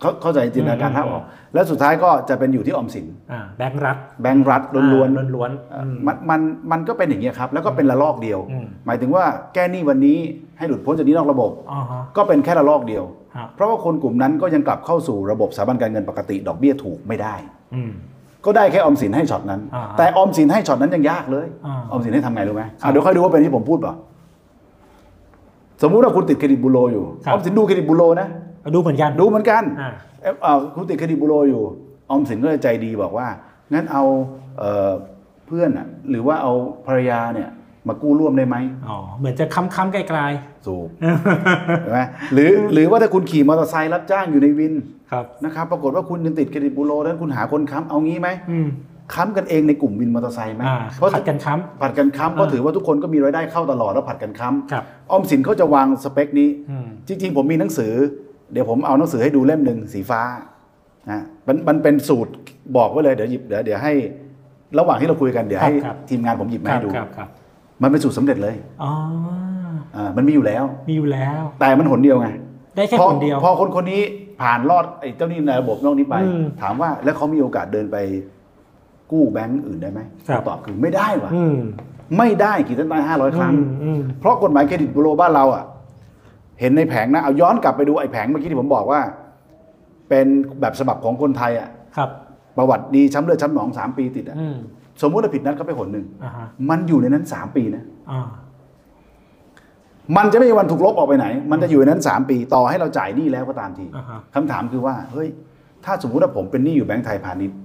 Speaker 7: เขาเข้าใจจินตนาการ
Speaker 6: อืม
Speaker 7: ภาพออก แล้วสุดท้ายก็จะเป็นอยู่ที่ออมสิน
Speaker 6: อ่าแบงค์รัฐ
Speaker 7: แบงก์รัฐล้วน
Speaker 6: อ่าล้วน
Speaker 7: ๆ
Speaker 6: ๆ
Speaker 7: เอ่อ
Speaker 6: อืม
Speaker 7: มันมันมันก็เป็นอย่างนี้ยครับ แล้วก็เป็นระลอกเดียว
Speaker 6: อืม
Speaker 7: หมายถึงว่าแก้หนี้วันนี้ให้หลุดพ้นจากหนี้นอกระบบ
Speaker 6: อ๋อฮะ
Speaker 7: ก็เป็นแค่ระลอกเดียว
Speaker 6: ฮะ
Speaker 7: เพราะว่าคนกลุ่มนั้นก็ยังกลับเข้าสู่ระบบสถาบันการเงินปกติดอกเบี้ยถูกไม่ได้
Speaker 6: อืม
Speaker 7: ก็ได้แค่ออมสินให้ช็อตนั้น
Speaker 6: อ่า
Speaker 7: แต่ออมสินให้ช็อตนั้นยังยากเลย
Speaker 6: อ่า
Speaker 7: ออมสินให้ทำไงรู้ไหมอ่ะเดี๋ยวค่อยดูว่าเป็นที่ผมพูดเปล่าสมมุติว่าคุณติดเครดิตบูโรอยู่
Speaker 6: ครั
Speaker 7: อบ อมสินดูเครดิตบูโรนะ
Speaker 6: ดูเหมือนกัน
Speaker 7: ดูเหมือนกัน
Speaker 6: อ่า
Speaker 7: เอ่อเอ่อคุณติดคดีบูโรอยู่ ออมสินก็เลยใจดีบอกว่า งั้นเอาเอ่อเพื่อนอ่ะหรือว่าเอาภรรยาเนี่ยมากู้ร่วมได้ไหม
Speaker 6: อ๋อ เหมือนจะค้ำๆไกล
Speaker 7: สู บใช่ไหมหรือหรือว่าถ้าคุณขี่มอเตอร์ไซค์รับจ้างอยู่ในวิน
Speaker 6: ๆ ครับ
Speaker 7: นะครับ ปรากฏว่าคุณยังติดเครดิตบูโรนั้นคุณหาคนค้ำเอางี้ไหม
Speaker 6: อืม
Speaker 7: ค้ำกันเองในกลุ่มวินมอเตอร์ไซค์ไหม
Speaker 6: อ่า
Speaker 7: เพราะ
Speaker 6: ผัดกันค้ำ
Speaker 7: ผัดกันค้ำเพราะ
Speaker 6: อ่า
Speaker 7: ถือว่าทุกคนก็มีรายได้เข้าตลอดแล้วผัดกันค้
Speaker 6: ครับ
Speaker 7: ำออมสินเขาจะวางสเปคนี้
Speaker 6: อืม
Speaker 7: จริงๆ ผมมีหนังสือ เดี๋ยวผมเอาหนังสือให้ดูเล่มหนึ่งสีฟ้านะมันมันเป็นสูตรบอกไว้เลยเดี๋ยวหยิบเดี๋ยวเดี๋ยวให้ ระหว่างที่เราคุยกันเดี๋ยวให้
Speaker 6: ครับ
Speaker 7: ทีมงานผมหยิบมา
Speaker 6: ครับ
Speaker 7: ให้ดู
Speaker 6: ครับครับ
Speaker 7: มันเป็นสูตรสำเร็จเลย
Speaker 6: อ๋อ
Speaker 7: อ่ามันมีอยู่แล้ว
Speaker 6: มีอยู่แล้ว
Speaker 7: แต่มันหนเดียวไง
Speaker 6: ได้แค่
Speaker 7: พอ
Speaker 6: คนเดียว
Speaker 7: พอคนคนนี้ผ่านรอดไอ้เจ้าหนี้ในระบบนอกนี้ไป
Speaker 6: อืม
Speaker 7: ถามว่าแล้วเขามีโอกาสเดินไปกู้แบงก์อื่นได้ไหม
Speaker 6: ครับ
Speaker 7: ตอบคือไม่ได้ว่ะ
Speaker 6: อืม
Speaker 7: ไม่ได้กี่ตั้งแต่ห้าร้อยครั้ง
Speaker 6: อืมอืม
Speaker 7: เพราะกฎหมายเครดิตบูโรบ้านเราอ่ะ เห็นในแผงนะเอาย้อนกลับไปดูไอ้แผงเมื่อกี้ที่ผมบอกว่า เป็นแบบฉบับของคนไทยอ่ะ
Speaker 6: ครับ
Speaker 7: ประวัติดีช้ำเลือดช้ำหนองสามปีติดอ่ะ
Speaker 6: อืม
Speaker 7: สมมติเราผิดนัดเขาไปหนหนึ่ง
Speaker 6: อ่าฮะ
Speaker 7: มันอยู่ในนั้นสามปีนะ
Speaker 6: อ่า
Speaker 7: มันจะไม่มีวันถูกลบออกไปไหน มันจะอยู่ในนั้นสามปี ต่อให้เราจ่ายหนี้แล้วก็ตามที
Speaker 6: อ่าฮะ
Speaker 7: คำถามคือว่าเฮ้ยถ้าสมมุติว่าผมเป็นหนี้อยู่แบงก์ไทยพาณิชย์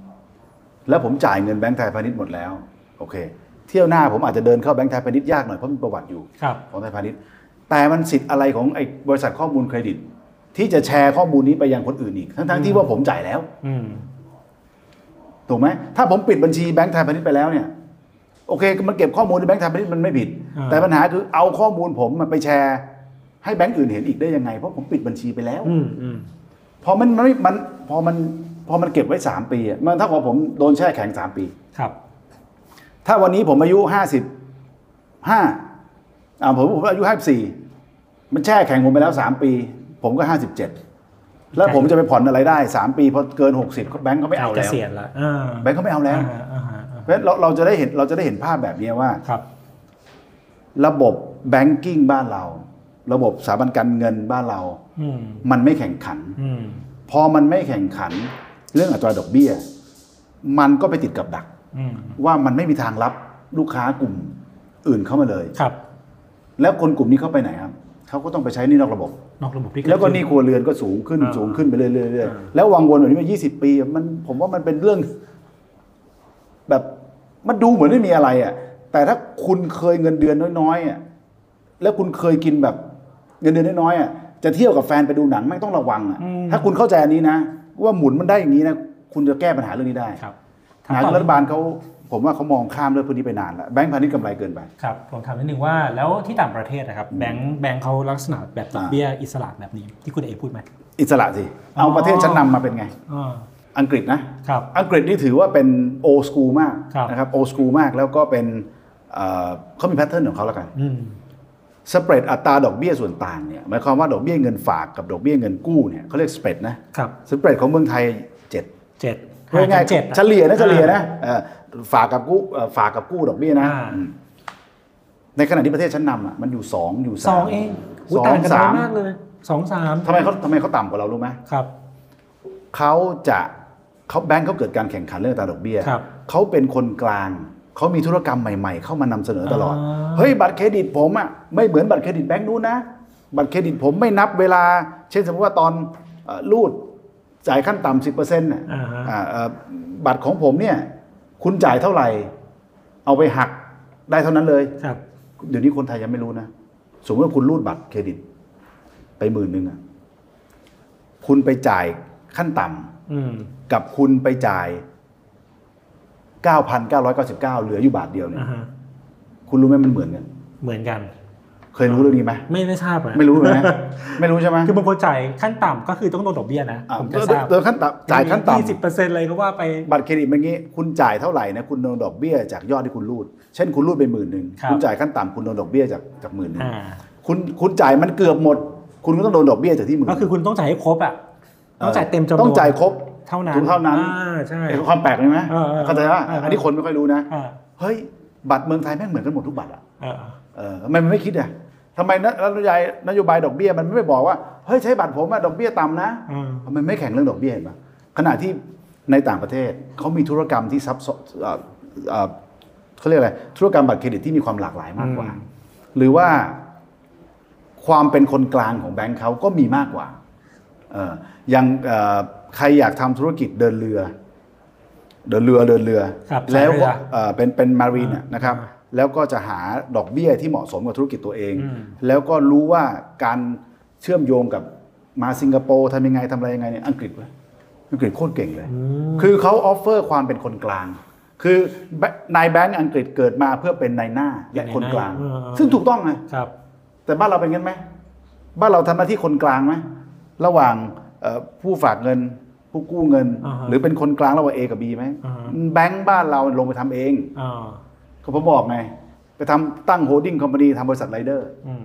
Speaker 7: แล้วผมจ่ายเงินแบงก์ไทยพาณิชย์หมดแล้วโอเค เที่ยวหน้าผมอาจจะเดินเข้าแบงก์ไทยพาณิชย์ยากหน่อยเพราะมีประวัติอยู่
Speaker 6: ครับ
Speaker 7: ของไทยพาณิชย์แต่มันสิทธิ์อะไรของไอ้บริษัทข้อมูลเครดิต ที่จะแชร์ข้อมูลนี้ไปยังคนอื่นอีก ทั้งๆที่ว่าผมจ่ายแล้ว
Speaker 6: อืม
Speaker 7: ถูกไหมถ้าผมปิดบัญชีแบงก์ไทยพาณิชย์ไปแล้วเนี่ยโอเคมันเก็บข้อมูลในแบงก์ไทยพาณิชย์มันไม่ผิด
Speaker 6: อ่า
Speaker 7: แต่ปัญหาคือเอาข้อมูลผมมาไปแชร์ ให้แบงก์อื่นเห็นอีกได้ยังไงเพราะผมปิดบัญชีไปแล้ว
Speaker 6: อืมอืม
Speaker 7: พอมันมันมันพอมันพอมันเก็บไว้สามปีอะมันถ้าของผมโดนแช่แข็งสามปี
Speaker 6: ครับ
Speaker 7: ถ้าวันนี้ผมอายุห้าสิบห้าอ่าผมผมอายุห้าสี่มันแช่แข็งผมไปแล้วสามปี ผมก็ห้าสิบเจ็ดแล้วผมจะไปผ่อนอะไรได้สามปีพอเกินหกสิบแบงก์ก็ไม่เอา
Speaker 6: เก
Speaker 7: แล้ว
Speaker 6: ษียณละอ่า
Speaker 7: แบงก์ก็ไม่เอาแล้ว
Speaker 6: อ่าฮะอ่าฮะ
Speaker 7: เพราะฉะนั้นเราเราจะได้เห็นเราจะได้เห็นภาพแบบนี้ว่า
Speaker 6: ครับ
Speaker 7: ระบบแบงกิ้งบ้านเรา ระบบสถาบันการเงินบ้านเรา
Speaker 6: อืม
Speaker 7: มันไม่แข่งขัน
Speaker 6: อืม
Speaker 7: พอมันไม่แข่งขันเรื่องอัตราดอกเบี้ย มันก็ไปติดกับดัก
Speaker 6: อืม
Speaker 7: ว่ามันไม่มีทางรับลูกค้ากลุ่มอื่นเข้ามาเลย
Speaker 6: ครับ
Speaker 7: แล้วคนกลุ่มนี้เข้าไปไหนครับเขาก็ต้องไปใช้หนี่นอกระบบ
Speaker 6: นอกระบบที่เด
Speaker 7: แล้วก็ห
Speaker 6: ขึ้
Speaker 7: นี่ครัวเรือนก็สูงขึ้น
Speaker 6: อ่า
Speaker 7: สูงขึ้นไปเรื่อยๆเรื่อย
Speaker 6: อ่า
Speaker 7: ๆแล้ววังวนแบบนี้มา 20 ปีมันผมว่ามันเป็นเรื่อง แบบมันดูเหมือนไม่มีอะไรอ่ะ แต่ถ้าคุณเคยเงินเดือนน้อยๆอ่ะแล้วคุณเคยกินแบบเงินเดือนน้อยๆอ่ะจะเที่ยวกับแฟนไปดูหนังไม่งต้องระวังอ่ะถ้าคุณเข้าใจอันนี้นะว่าหมุนมันได้อย่างนี้นะคุณจะแก้ปัญหาเรื่องนี้ได้
Speaker 6: ครับ
Speaker 7: นายกรัฐบาลเขาผมว่าเขามองข้ามเรื่องพวกนี้ไปนานแล้วแบงก์พาณิชย์กำไรเกินไป
Speaker 6: ครับผมถามนิดนึงว่าแล้วที่ต่างประเทศนะครับ แบงค์แบงค์เขาลักษณะแบบดอกเบี้ยอิสระแบบนี้ที่คุณเอพูดไหม
Speaker 7: อิสระสิเอาประเทศชั้นนำมาเป็นไง
Speaker 6: อ่า
Speaker 7: อังกฤษนะ
Speaker 6: ครับ
Speaker 7: อังกฤษนี่ถือว่าเป็นโอสกูมาก
Speaker 6: ครับ
Speaker 7: นะครับโอสกูมากแล้วก็เป็นเอ่อเขามีแพทเทิร์นของเขาแล้วกัน
Speaker 6: อืม
Speaker 7: สเปรดอัตราดอกเบี้ยส่วนต่างเนี่ยหมายความว่าดอกเบี้ยเงินฝากกับดอกเบี้ยเงินกู้เนี่ยเขาเรียกสเปรดนะครับ สเปรดของเมืองไทยเจ็ด
Speaker 6: เจ็ด
Speaker 7: พูดง่าย
Speaker 6: เจ็ด
Speaker 7: ๆเฉลี่ยนะเฉลี่ยนะเอ่อฝากกับกู้เอ่อฝากกับกู้ดอกเบี้ยนะ
Speaker 6: อ่า
Speaker 7: อืมในขณะที่ประเทศชั้นนำอ่ะมันอยู่สองอยู่
Speaker 6: ส
Speaker 7: สา
Speaker 6: อ
Speaker 7: ม
Speaker 6: งเอง
Speaker 7: ส
Speaker 6: ส
Speaker 7: อ
Speaker 6: อง
Speaker 7: ง
Speaker 6: สา
Speaker 7: สาม ม
Speaker 6: มากเลยสองสาม
Speaker 7: ทำไมเขาทำไมเขาต่ำกว่าเรารู้ไหม
Speaker 6: ครับ
Speaker 7: เขาจะเขาแบงค์เขาเกิดการแข่งขันเรื่องอัตราดอกเบี้ย
Speaker 6: ครับ
Speaker 7: เขาเป็นคนกลาง เขามีธุรกรรมใหม่ๆ เข้ามานำเสนอตลอด
Speaker 6: อ่า
Speaker 7: เฮ้ยบัตรเครดิตผมอะไม่เหมือนบัตรเครดิตแบงค์นู้นนะ บัตรเครดิตผมไม่นับเวลา เช่นสมมติว่าตอนเอ่อรูดจ่ายขั้นต่ำสิบเปอร์เซ็นต์
Speaker 6: อ่าฮะ
Speaker 7: บัตรของผมเนี่ยคุณจ่ายเท่าไหร่ เอาไปหักได้เท่านั้นเลย
Speaker 6: ครับ
Speaker 7: เดี๋ยวนี้คนไทยยังไม่รู้นะ สมมติว่าคุณรูดบัตรเครดิต ไปหมื่นหนึ่งอะคุณไปจ่ายขั้นต่ำ
Speaker 6: อืม
Speaker 7: กับคุณไปจ่าย 9,999 เหลืออยู่บาทเดียวเนี่ย
Speaker 6: อ่าฮะ
Speaker 7: คุณรู้ไหมมันเหมือนกัน
Speaker 6: เหมือนกัน
Speaker 7: เคยรู้เรื่องนี้ไหม
Speaker 6: ไม่ไม่ทราบอะ
Speaker 7: ไม่รู้เลยนะ ไม่รู้ใช่ไหม
Speaker 6: คือบางคนจ่ายขั้นต่ำก็คือต้องโดนดอกเบี้ยนะ
Speaker 7: อ่ะ
Speaker 6: ผมจะทราบ
Speaker 7: โดยขั้นต่ำจ่ายขั้น
Speaker 6: ยี่สิบ
Speaker 7: ต่ำ
Speaker 6: เปอร์เซ็นต์เลยก็ว่าไป
Speaker 7: บัตรเครดิตเป็นงี้ คุณจ่ายเท่าไหร่นะ คุณโดนดอกเบี้ยจากยอดที่คุณรูด เช่นคุณรูดไปหมื่นหนึ่ง
Speaker 6: ครับ
Speaker 7: คุณจ่ายขั้นต่ำคุณโดนดอกเบี้ยจากจากหมื่นหนึ่ง
Speaker 6: อ่า
Speaker 7: คุณคุณจ่ายมันเกือบหมด คุณก็ต้องโดนดอกเบี้ยจากที่หมื่น
Speaker 6: ก็คือคุณต้องจ่ายให้ครบอะต้องจ่ายเต็มจำนวน
Speaker 7: ต้องจ่ายครบ
Speaker 6: เท่านั้น
Speaker 7: ถึงเท่านั้น
Speaker 6: อ่าใช่
Speaker 7: เห็นความแปลกเลยไหม
Speaker 6: เออเออ
Speaker 7: เข้าใจว่า
Speaker 6: เอออั
Speaker 7: อันนี้คนไม่ค่อยรู้นะ
Speaker 6: อ่า
Speaker 7: เฮ้ย บัตรเมืองไทยแม่งเหมือนกันหมดทุกบัตรอะ
Speaker 6: อ่า
Speaker 7: เออทำไมมันไม่คิดอ่ะทำไมนะนโยบายนโยบายดอกเบี้ยมันไม่บอกว่าเฮ้ยใช้บัตรผมอะดอกเบี้ยต่ำนะ
Speaker 6: อืม
Speaker 7: มันไม่แข่งเรื่องดอกเบี้ยเห็นปะขณะที่ในต่างประเทศเขามีธุรกรรมที่ซับซ้อนเอ่อเอ่อเขาเรียกอะไรธุรกรรมบัตรเครดิตที่มีความหลากหลายมากกว่า หรือว่าความเป็นคนกลางของแบงค์เขาก็มีมากกว่าเอออย่างเอ่อใครอยากทำธุรกิจเดินเรือ เดินเรือเดินเรือ
Speaker 6: ครับ
Speaker 7: แล้ว
Speaker 6: สาย
Speaker 7: ก็
Speaker 6: เรือ
Speaker 7: เอ่อเป็นเป็นมารีนนะครับ แล้วก็จะหาดอกเบี้ยที่เหมาะสมกับธุรกิจตัวเอง แล้วก็รู้ว่าการเชื่อมโยงกับมาสิงคโปร์ทำยังไงทำอะไรยังไงเนี่ยอังกฤษเว้ยอังกฤษโคตรเก่งเลย คือเขาออฟเฟอร์ความเป็นคนกลาง คือนายแบงก์อังกฤษเกิดมาเพื่อเป็นนายหน้าและคนกลาง
Speaker 6: เออเออ
Speaker 7: ซึ่งถูกต้องไง
Speaker 6: ครับ
Speaker 7: แต่บ้านเราเป็นงั้นไหม บ้านเราทำหน้าที่คนกลางไหม ระหว่างเอ่อผู้ฝากเงิน ผู้กู้เงิน
Speaker 6: อ่าฮะ
Speaker 7: หรือเป็นคนกลางระหว่าง A กับ B ไหม
Speaker 6: อ่าฮะ
Speaker 7: แบงค์บ้านเราลงไปทำเอง
Speaker 6: อ่า
Speaker 7: ก็ผมบอกไง ไปทำตั้งโฮ l ดิ้งคอมพานีทำบริษัทไรเดอร์
Speaker 6: อืม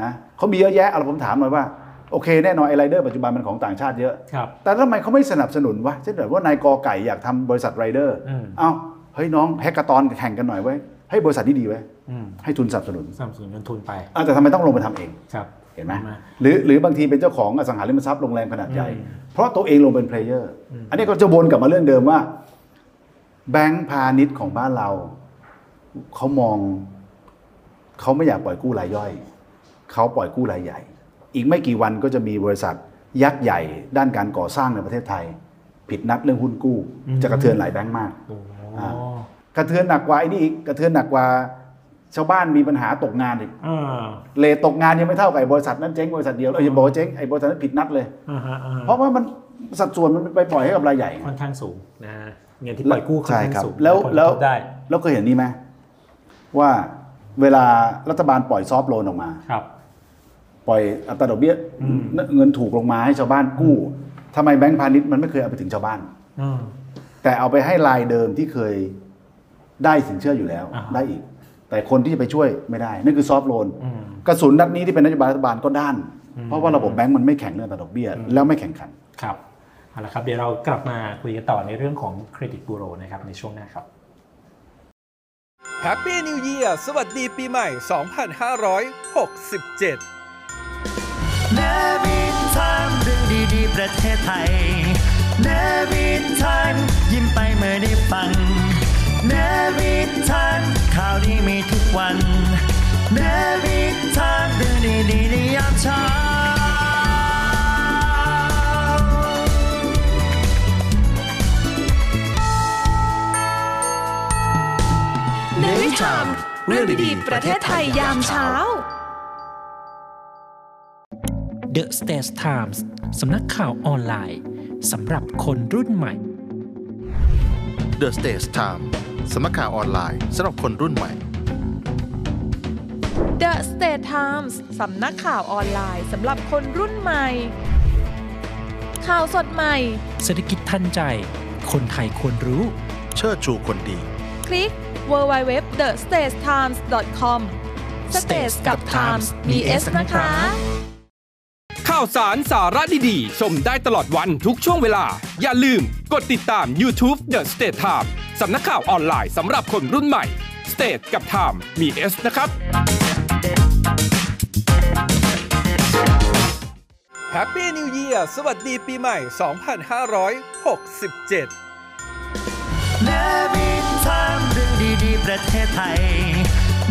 Speaker 7: นะเขามีเยอะแยะเอาละผมถามหน่อยว่า โอเคแน่นอนไอไรเดอร์ปัจจุบันมันของต่างชาติเยอะ
Speaker 6: ครับ
Speaker 7: แต่ทำไมเขาไม่สนับสนุนวะเช่นแบบว่านายกอไก่อยากทำบริษัทไรเดอร์
Speaker 6: อืม
Speaker 7: เอ้าเฮ้ยน้องแฮกเกอร์ตอนแข่งกันหน่อยเว้ยให้บริษัทที่ดีเว้ย
Speaker 6: อืม
Speaker 7: ให้ทุนสนับสนุน
Speaker 6: สนับสนุนเงินทุนไป
Speaker 7: อ่ะแต่ทำไมต้องลงไปทำเอง
Speaker 6: ครับ
Speaker 7: เห็นไหม
Speaker 6: เห็นไหม
Speaker 7: หรือหรือบางทีเป็นเจ้าของอสังหาริมทรัพย์โรงแรมขนาดใหญ่
Speaker 6: อืม
Speaker 7: เพราะตัวเองลงเป็นเพลเยอร์ อันนี้ก็จะวนกลับมาเรื่องเดิมว่า แบงก์พาณิชย์ของบ้านเรา เขามอง เขาไม่อยากปล่อยกู้รายย่อย เขาปล่อยกู้รายใหญ่ อีกไม่กี่วันก็จะมีบริษัทยักษ์ใหญ่ ด้านการก่อสร้างในประเทศไทย ผิดนัดเรื่องหุ้นกู้ จะกระเทือนหลายแบงก์มาก
Speaker 6: โอ้
Speaker 7: อ่า กระเทือนหนักกว่าไอ้นี่อีกกระเทือนหนักกว่าชาวบ้านมีปัญหาตกงานอีก
Speaker 6: อ่า
Speaker 7: เลทตกงานยังไม่เท่ากับไอ้บริษัทนั้นเจ๊งบริษัทเดียวเลยอย่าบอกว่าเจ๊งไอ้บริษัทนั้นผิดนัดเลย
Speaker 6: อ่าฮะอ่าฮะ
Speaker 7: เพราะว่ามันสัดส่วนมันไปปล่อยให้กับรายใหญ่
Speaker 6: ค่อนข้างสูงนะเงินที่ปล่อยกู้ค่อน
Speaker 7: ใช่
Speaker 6: ข้าง
Speaker 7: ครับ
Speaker 6: สูง
Speaker 7: แล้ว
Speaker 6: ผกระทบ
Speaker 7: แล้ว
Speaker 6: ได้
Speaker 7: แล้วเคยเห็นนี่ไหมว่าเวลารัฐบาลปล่อยซอฟต์โลนออกมา
Speaker 6: ครับ
Speaker 7: ปล่อยอัตราดอกเบี้ย
Speaker 6: อืม
Speaker 7: เงินถูกลงมาให้ชาวบ้านกู้ทำไมแบงก์พาณิชย์มันไม่เคยเอาไปถึงชาวบ้าน
Speaker 6: อืม
Speaker 7: แต่เอาไปให้รายเดิมที่เคยได้สินเชื่ออยู่แล้ว
Speaker 6: อ่าฮะ
Speaker 7: ได้อีก แต่คนที่จะไปช่วยไม่ได้นั่นคือซอฟต์โลน
Speaker 6: อืม
Speaker 7: กระสุนนัดนี้ที่เป็นนโยบายรัฐบาลก็ด้าน เพราะว่าระบบแบงก์มันไม่แข็งเรื่องอัตราดอกเบี้ย แล้วไม่แข่งขัน
Speaker 6: ครับเอาละครับ เดี๋ยวเรากลับมาคุยกันต่อในเรื่องของเครดิตบูโรนะครับในช่วงหน้าครับ
Speaker 2: แฮปปี้นิว e a ีสวัสดีปีใหม่ 2567
Speaker 3: เนวินไทม์เรื่องดีๆ ประเทศไทยเนวินไทม์ยิ้มไปเมื่อได้ฟังเนวินไทม์ข่าวดีมีทุกวันเนวินไทม์เรื่องดีๆในยามเช้า
Speaker 4: เนวิชามเรื่องดีๆ ประเทศไทยยามเช้า
Speaker 8: The States Times สำนักข่าวออนไลน์สำหรับคนรุ่นใหม่
Speaker 1: The Stage Time สมัครข่าวออนไลน์สำหรับคนรุ่นใหม่
Speaker 4: The State Times สำนักข่าวออนไลน์สำหรับคนรุ่นใหม่ ข่าวสดใหม่
Speaker 8: เศรษฐกิจทันใจ คนไทยควรรู้
Speaker 1: เชิดชูคนดี
Speaker 4: คลิก www.thestagetimes.com Stage กับ Times มี S นะคะ
Speaker 2: ข่าวสารสาระดีๆ ชมได้ตลอดวันทุกช่วงเวลา อย่าลืมกดติดตาม YouTube The State Time สำนักข่าวออนไลน์สำหรับคนรุ่นใหม่ State กับ Time มี S นะครับ Happy New Year สวัสดีปีใหม่ 2567
Speaker 3: เนวินไทม์เรื่องดีๆ ประเทศไทย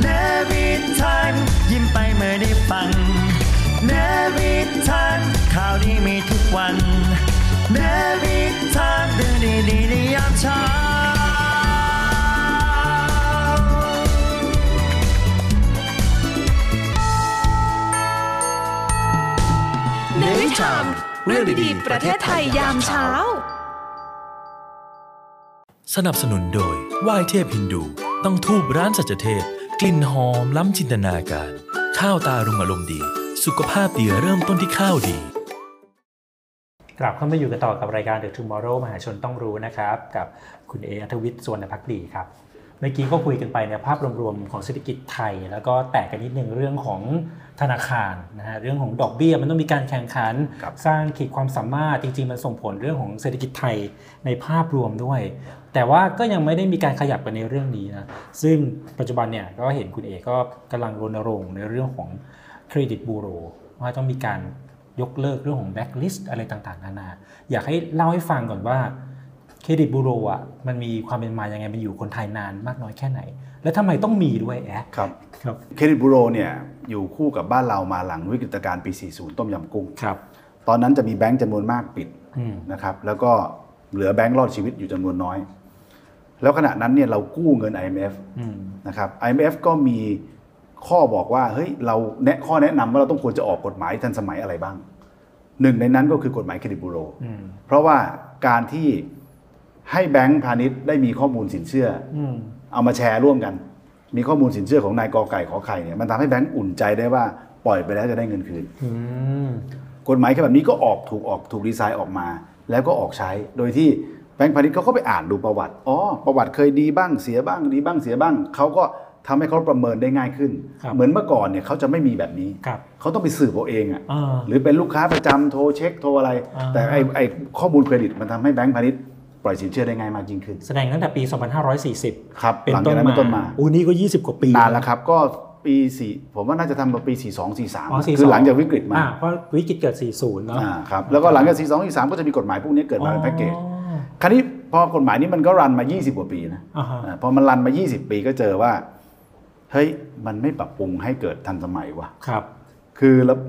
Speaker 3: เนวินไทม์ยิ้มไปเมื่อได้ฟังเนวินไทม์ข่าวดีมีทุกวันเนวินไทม์เรื่องดีๆในยามเช้า
Speaker 4: เนวิชามเรื่องดีๆ ประเทศไทยยามเช้า
Speaker 5: สนับสนุนโดยไหว้เทพฮินดู ต้องทูบร้านสัจเทพ กลิ่นหอมล้ำจินตนาการ ข้าวตารุงอารมณ์ดี สุขภาพดีเริ่มต้นที่ข้าวดี
Speaker 6: กลับเข้ามาอยู่กันต่อกับรายการ The Tomorrow มหาชนต้องรู้นะครับ กับคุณเออัธวิทย์สวนพักดีครับ เมื่อกี้ก็คุยกันไปในยภาพรวมๆของเศรษฐกิจไทย แล้วก็แตกกันนิดนึงเรื่องของธนาคารนะฮะเรื่องของดอกเบี้ยมันต้องมีการแข่งขัน
Speaker 7: ครับ
Speaker 6: สร้างขีดความสามารถจริงๆ มันส่งผลเรื่องของเศรษฐกิจไทยในภาพรวมด้วย แต่ว่าก็ยังไม่ได้มีการขยับกันในเรื่องนี้นะซึ่งปัจจุบันเนี่ยก็เห็นคุณเอก็กำลังรณรงค์ในเรื่องของเครดิตบูโรว่าต้องมีการยกเลิกเรื่องของแบ็กลิสต์อะไรต่างๆนานา อยากให้เล่าให้ฟังก่อนว่าเครดิตบูโรอ่ะมันมีความเป็นมายังไงมันอยู่คนไทยนานมากน้อยแค่ไหน และทำไมต้องมีด้วยแอะ
Speaker 7: ครับ
Speaker 6: ครับ
Speaker 7: เครดิตบูโรเนี่ยอยู่คู่กับบ้านเรามาหลังวิกฤตการณ์ปี 40 ต้มยำกุ้ง
Speaker 6: ครับ
Speaker 7: ตอนนั้นจะมีแบงก์จำนวนมากปิด
Speaker 6: อืม
Speaker 7: นะครับแล้วก็เหลือแบงก์รอดชีวิตอยู่จำนวนน้อย แล้วขณะนั้นเนี่ยเรากู้เงิน IMF
Speaker 6: อืม
Speaker 7: นะครับ IMF ก็มีข้อบอกว่าเฮ้ยเราแนะข้อแนะนำว่าเราต้องควรจะออกกฎหมายทันสมัยอะไรบ้าง หนึ่งในนั้นก็คือกฎหมายเครดิตบูโร
Speaker 6: อืม
Speaker 7: เพราะว่าการที่ให้แบงก์พาณิชย์ได้มีข้อมูลสินเชื่อ
Speaker 6: อืม
Speaker 7: เอามาแชร์ร่วมกัน มีข้อมูลสินเชื่อของนายกอไก่ขอไข่เนี่ยมันทำให้แบงก์อุ่นใจได้ว่าปล่อยไปแล้วจะได้เงินคืน
Speaker 6: อืม
Speaker 7: กฎหมายแค่แบบนี้ก็ออกถูกออกถูกดีไซน์ออกมา แล้วก็ออกใช้ โดยที่แบงก์พาณิชย์เขาก็ไปอ่านดูประวัติอ๋อประวัติเคยดีบ้างเสียบ้างดีบ้างเสียบ้างเขาก็ทำให้เขาประเมินได้ง่ายขึ้น เหมือนเมื่อก่อนเนี่ยเขาจะไม่มีแบบนี้
Speaker 6: ครับ
Speaker 7: เขาต้องไปสืบเอาเองอ่ะ
Speaker 6: อ่า
Speaker 7: หรือเป็นลูกค้าประจำโทรเช็คโทรอะไร
Speaker 6: อ่า
Speaker 7: แต่ไอไอข้อมูลเครดิตมันทำให้แบงก์พาณิชย์ปล่อยสินเชื่อได้ง่ายมากยิ่งขึ้น
Speaker 6: แสดงตั้งแต่ปี 2540
Speaker 7: ครับ
Speaker 6: เป็น
Speaker 7: หลัง
Speaker 6: ต้
Speaker 7: จา
Speaker 6: น
Speaker 7: กนั้น
Speaker 6: มา
Speaker 7: เป็นต้นมา
Speaker 6: อู้นี่ก็ 20 กว่าปี
Speaker 7: นานแล้วครับก็ปีสี่ผมว่าน่าจะทำมาปี 4 2 4
Speaker 6: อ๋อ
Speaker 7: 3 คือหลังจากวิกฤตมา
Speaker 6: อ่เพราะวิกฤตเกิด 40 เนาะ
Speaker 7: อ่าครับแล้วก็หลังจาก 4 2 4 3 ก็จะมีกฎหมายพวกนี้เกิดมาเป็นแพ็กเกจ คราวนี้พอกฎหมายนี้มันก็รันมา 20 กว่าปีนะ
Speaker 6: อ่าฮะ
Speaker 7: อ่าพอมันรันมา 20 ปีก็เจอว่า เฮ้ย มันไม่ปรับปรุงให้เกิดทันสมัยว่ะ
Speaker 6: ครับ
Speaker 7: คือแล้ว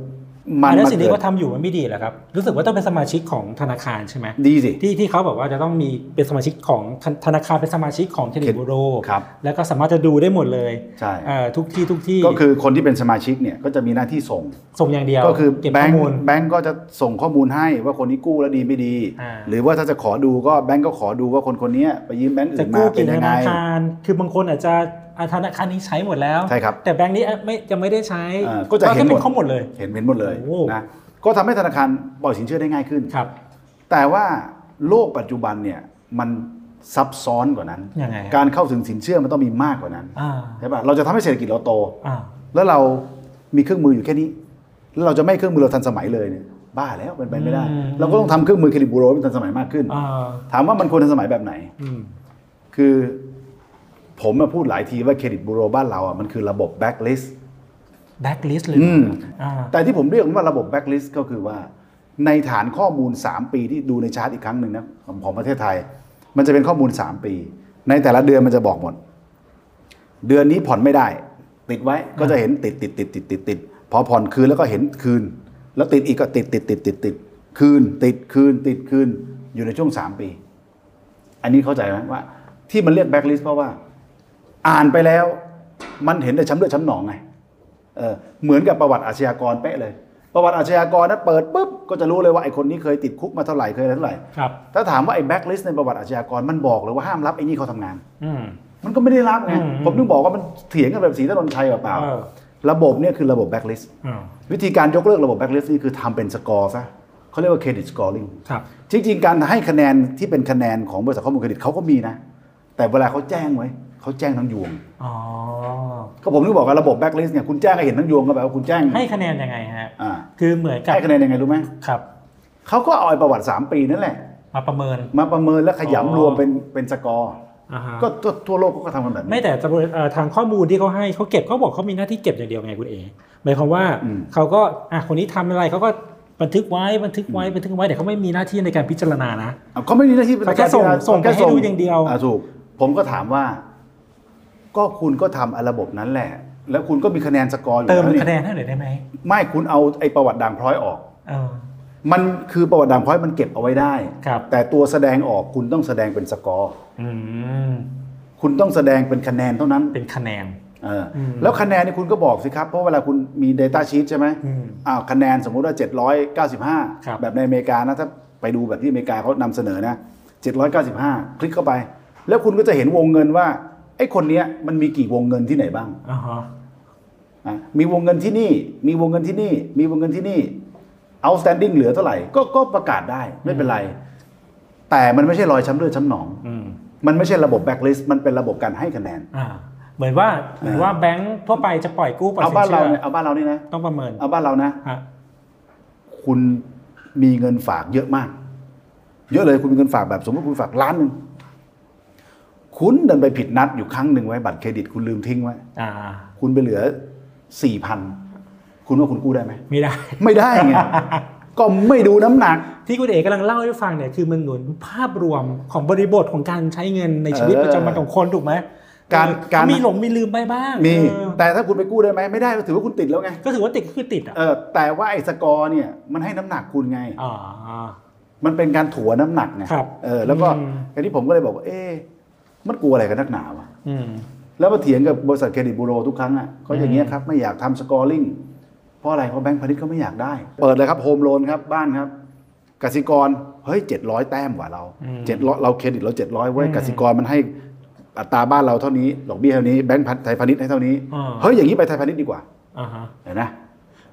Speaker 7: มั
Speaker 6: อ่ะ
Speaker 7: น
Speaker 6: แล้ว
Speaker 7: มา
Speaker 6: สิ่ง
Speaker 7: เกิ
Speaker 6: ที่
Speaker 7: ด
Speaker 6: เขาทำอยู่มันไม่ดีเหรอครับ รู้สึกว่าต้องเป็นสมาชิกของธนาคารใช่ไหม
Speaker 7: ดีสิ
Speaker 6: ที่ที่เขาบอกว่าจะต้องมีเป็นสมาชิกของธธนาคารเป็นสมาชิกของเครดิตบูโร
Speaker 7: ครับ
Speaker 6: แล้วก็สามารถจะดูได้หมดเลย
Speaker 7: ใช่
Speaker 6: เอ่อทุกที่ทุกที่
Speaker 7: ก็คือคนที่เป็นสมาชิกเนี่ยก็จะมีหน้าที่ส่ง
Speaker 6: ส่งอย่างเดียว
Speaker 7: ก็คือ
Speaker 6: เก็บ
Speaker 7: แบ
Speaker 6: ข้อ
Speaker 7: งค์
Speaker 6: มูล
Speaker 7: แบงก์ก็จะส่งข้อมูลให้ว่าคนนี้กู้แล้วดีไม่ดี
Speaker 6: อ่า
Speaker 7: หรือว่าถ้าจะขอดูก็แบงก์ก็ขอดูว่าคนคนเนี้ยไปยืมแบงก์
Speaker 6: จะ
Speaker 7: อื่นมา
Speaker 6: กู้
Speaker 7: เป็
Speaker 6: กี่
Speaker 7: น
Speaker 6: ธ
Speaker 7: ยังไง
Speaker 6: นาคาร คือบางคนอาจจะอ่ะธนาคารนี้ใช้หมดแล้ว
Speaker 7: ใช่ครับ
Speaker 6: แต่แบงค์นี้อ่ะไม่ยังไม่ได้ใช้
Speaker 7: เออก็จะเห็นหมด
Speaker 6: ป็ข้อมูลเลย
Speaker 7: เห็นเป็นหมดเลย
Speaker 6: โอ้
Speaker 7: นะก็ทำให้ธนาคารปล่อยสินเชื่อได้ง่ายขึ้น
Speaker 6: ครับ
Speaker 7: แต่ว่าโลกปัจจุบันเนี่ยมันซับซ้อนกว่านั้น
Speaker 6: ยังไงฮะ
Speaker 7: การเข้าถึงสินเชื่อมันต้องมีมากกว่านั้น
Speaker 6: อ่า
Speaker 7: ใช่ปะเราจะทำให้เศรษฐกิจเราโต
Speaker 6: อ่า
Speaker 7: แล้วเรามีเครื่องมืออยู่แค่นี้ แล้วเราจะไม่ให้เครื่องมือเราทันสมัยเลยเนี่ยบ้าแล้วเป็นไปไม่ได้
Speaker 6: อืม
Speaker 7: เราก็ต้องทำเครื่องมือเครดิตบูโรให้มันทันสมัยมากขึ้น
Speaker 6: อ่า
Speaker 7: ถามว่ามันควรทันสมัยแบบไหน
Speaker 6: อืม
Speaker 7: คือ ผมมาพูดหลายทีว่าเครดิตบูโรบ้านเราอ่ะมันคือระบบแบ็กลิส
Speaker 8: แบ็กลิสต์เลย
Speaker 7: อืม
Speaker 6: อ่า
Speaker 7: แต่ที่ผมเรียกมันว่าระบบแบ็กลิสก็คือว่า ในฐานข้อมูล 3 ปีที่ดูในชาร์ตอีกครั้งหนึ่งนะของของประเทศไทย มันจะเป็นข้อมูล 3 ปี ในแต่ละเดือนมันจะบอกหมด เดือนนี้ผ่อนไม่ได้ ติดไว้ก็จะเห็นติดติดติดติดติดติดพอผ่อนคืนแล้วก็เห็นคืน แล้วติดอีกก็ติดติดติดติดติดคืน ติดคืน ติดคืน อยู่ในช่วง 3 ปี อันนี้เข้าใจไหมว่า ที่มันเรียกแบ็กลิสเพราะว่า อ่านไปแล้วมันเห็นแต่ช้ำเลือดช้ำหนองไง เออเหมือนกับประวัติอาชญากรเป๊ะเลย ประวัติอาชญากรนั้นเปิดปุ๊บก็จะรู้เลยว่าไอ้คนนี้เคยติดคุกมาเท่าไหร่เคยอะไรเท่าไหร่
Speaker 6: ครับ
Speaker 7: ถ้าถามว่าไอ้แบ็กลิสต์ในประวัติอาชญากรมันบอกเลยว่าห้ามรับไอ้นี่เขาทำงาน
Speaker 6: อืม
Speaker 7: มันก็ไม่ได้รับไง
Speaker 6: อืม
Speaker 7: ผมถึงบอกว่ามันเถียงกันแบบสีถนนชัยเปล่า
Speaker 6: เออ
Speaker 7: ๆระบบเนี่ยคือระบบแบ็กลิสต์
Speaker 6: อ่า
Speaker 7: วิธีการยกเลิกระบบแบ็กลิสต์นี่คือทำเป็นสกอร์ซะเขาเรียกว่าเครดิตสกอร์ลิง
Speaker 6: ครับ
Speaker 7: จริงๆ การให้คะแนนที่เป็นคะแนนของบริษัทข้อมูลเครดิตเขาก็มีนะ แต่เวลาเขาแจ้งไว้เขาแจ้งทั้งยวง
Speaker 6: อ๋อ
Speaker 7: ก็ผมถึงบอกว่าระบบแบ็กลิสต์เนี่ยคุณแจ้งให้เห็นทั้งยวงก็แปลว่าคุณแจ้ง
Speaker 6: ให้คะแนนยังไงฮะ
Speaker 7: อ่า
Speaker 6: คือเหมือนกับ
Speaker 7: ให้คะแนนยังไงรู้ไหม
Speaker 6: ครับ
Speaker 7: เขาก็เอาไอ้ประวัติ 3 ปีนั่นแหละ
Speaker 6: มาประเมิน
Speaker 7: มาประเมินแล้วข
Speaker 6: อ๋อ
Speaker 7: ยำรวมเป็นเป็นสกอร์
Speaker 6: อ่าฮะ
Speaker 7: ก็ทั่วทั่วโลกเขาก็ทำกันแบบ
Speaker 6: ไม่
Speaker 7: นี้
Speaker 6: แต่จะเอ่อทางข้อมูลที่เขาให้เขาเก็บเขาบอกเขามีหน้าที่เก็บอย่างเดียวไงคุณเอหมายความว่า
Speaker 7: อืม
Speaker 6: เขาก็อ่ะคนนี้ทำอะไรเขาก็บันทึกไว้บันทึกไว้บันทึกไว้แต่เขาไม่มีหน้าที่ในการพิจารณานะ
Speaker 7: อ่ะเขาไม่มีหน้าที่
Speaker 6: เขาแค่ส่ง
Speaker 7: ในการ
Speaker 6: ส่งไปให้
Speaker 7: แค่
Speaker 6: ดูอย่างเดียว
Speaker 7: อ่ะถูก ผมก็ถามว่า ก็คุณก็ทำระบบนั้นแหละ แล้วคุณก็มีคะแนนสกอร์อยู่
Speaker 6: เติม
Speaker 7: แล้วนี่
Speaker 6: คะแนนให้หน่อยได้ไหม
Speaker 7: ไม่คุณเอาไอ้ประวัติด่างพร้อยออก
Speaker 6: เออ
Speaker 7: มันคือประวัติด่างพร้อยมันเก็บเอาไว้ได้
Speaker 6: ครับ
Speaker 7: แต่ตัวแสดงออกคุณต้องแสดงเป็นสกอร์
Speaker 6: อืม
Speaker 7: คุณต้องแสดงเป็นคะแนนเท่านั้น
Speaker 6: เป็นคะแนน
Speaker 7: เอออ
Speaker 6: ม
Speaker 7: แล้วคะแนนนี่คุณก็บอกสิครับ เพราะเวลาคุณมี Data Sheet ใช่ไหม
Speaker 6: อืม
Speaker 7: อ้าวคะแนนสมมุติว่า
Speaker 6: ครับ
Speaker 7: 795 แบบในอเมริกานะ ถ้าไปดูแบบที่อเมริกาเขานำเสนอนะ 795 คลิกเข้าไป แล้วคุณก็จะเห็นวงเงินว่า ไอ้คนเนี้ยมันมีกี่วงเงินที่ไหนบ้าง
Speaker 6: อ่าฮะ
Speaker 7: อ่ะมีวงเงินที่นี่ มีวงเงินที่นี่ มีวงเงินที่นี่ outstanding เหลือเท่าไหร่ก็ก็ประกาศได้ไม่เป็นไร แต่มันไม่ใช่รอยช้ำเลือดช้ำหนอง
Speaker 6: อืม
Speaker 7: มันไม่ใช่ระบบ blacklist มันเป็นระบบการให้คะแนน
Speaker 6: อ่า เหมือนว่าเหมือนว่าแบงค์ทั่วไปจะปล่อยกู้ปล่อย
Speaker 7: เอา
Speaker 6: สิน
Speaker 7: บ้าน
Speaker 6: เชื่
Speaker 7: เรา
Speaker 6: อ
Speaker 7: เนี่ยเอาบ้านเรานี่นะ
Speaker 6: ต้องประเมิน
Speaker 7: เอาบ้านเรานะ
Speaker 6: ฮะ
Speaker 7: คุณมีเงินฝากเยอะมาก เยอะเลยคุณมีเงินฝากแบบสมมติคุณฝากล้านหนึ่งคุณดันไปผิดนัดอยู่ครั้งหนึ่งไว้บัตรเครดิตคุณลืมทิ้งไว้
Speaker 6: อ่า
Speaker 7: คุณไปเหลือสี่พันคุณว่าคุณกู้ได้ไหม
Speaker 6: ไม่ได้
Speaker 7: ไม่ได้ ไง ก็ไม่ดูน้ำหนัก
Speaker 6: ที่คุณเอกกำลังเล่าให้ฟังเนี่ยคือมันเหมือนภาพรวมของบริบทของการใช้เงินในชีวิต
Speaker 7: เออ
Speaker 6: ประจำวันของคนถูกไหม
Speaker 7: การ
Speaker 6: เออ
Speaker 7: การ
Speaker 6: มีหลงมีลืมไปบ้าง
Speaker 7: มี
Speaker 6: เออ
Speaker 7: แต่ถ้าคุณไปกู้ได้ไหมไม่ได้ก็ถือว่าคุณติดแล้วไง
Speaker 6: ก็ถือว่าติดก็คือติดอ่ะ
Speaker 7: เออแต่ว่าไอ้สกอร์เนี่ย มันให้น้ำหนักคุณไง
Speaker 6: อ๋อ
Speaker 7: มันเป็นการถัวน้ำหนักไง
Speaker 6: ครับ
Speaker 7: เออแล้วก็
Speaker 6: อืม
Speaker 7: อันนี้ผมก็เลยบอกว่าเอ๊ะมันกลัวอะไรกันนักหนาวะ
Speaker 6: อืม
Speaker 7: แล้วมาเถียงกับบริษัทเครดิตบูโรทุกครั้งอ่ะเขาอย่างเงี้ยครับไม่อยากทำสกอร์ลิงเพราะอะไรเพราะแบงก์พาณิชย์เขาไม่อยากได้ เปิดเลยครับโฮมโลนครับบ้านครับกสิกรเฮ้ยเจ็ดร้อยแต้มกว่าเราเจ็ดร้อยเราเครดิตเราเจ็ดร้อยเว้ยกสิกรมันให้อัตราบ้านเราเท่านี้ดอกเบี้ยเท่านี้แบงก์ไทยพาณิชย์ให้เท่านี้
Speaker 6: อ่า
Speaker 7: เฮ้ยอย่างนี้ไปไทยพาณิชย์ดีกว่า
Speaker 6: อ่าฮะ
Speaker 7: เห็นนะ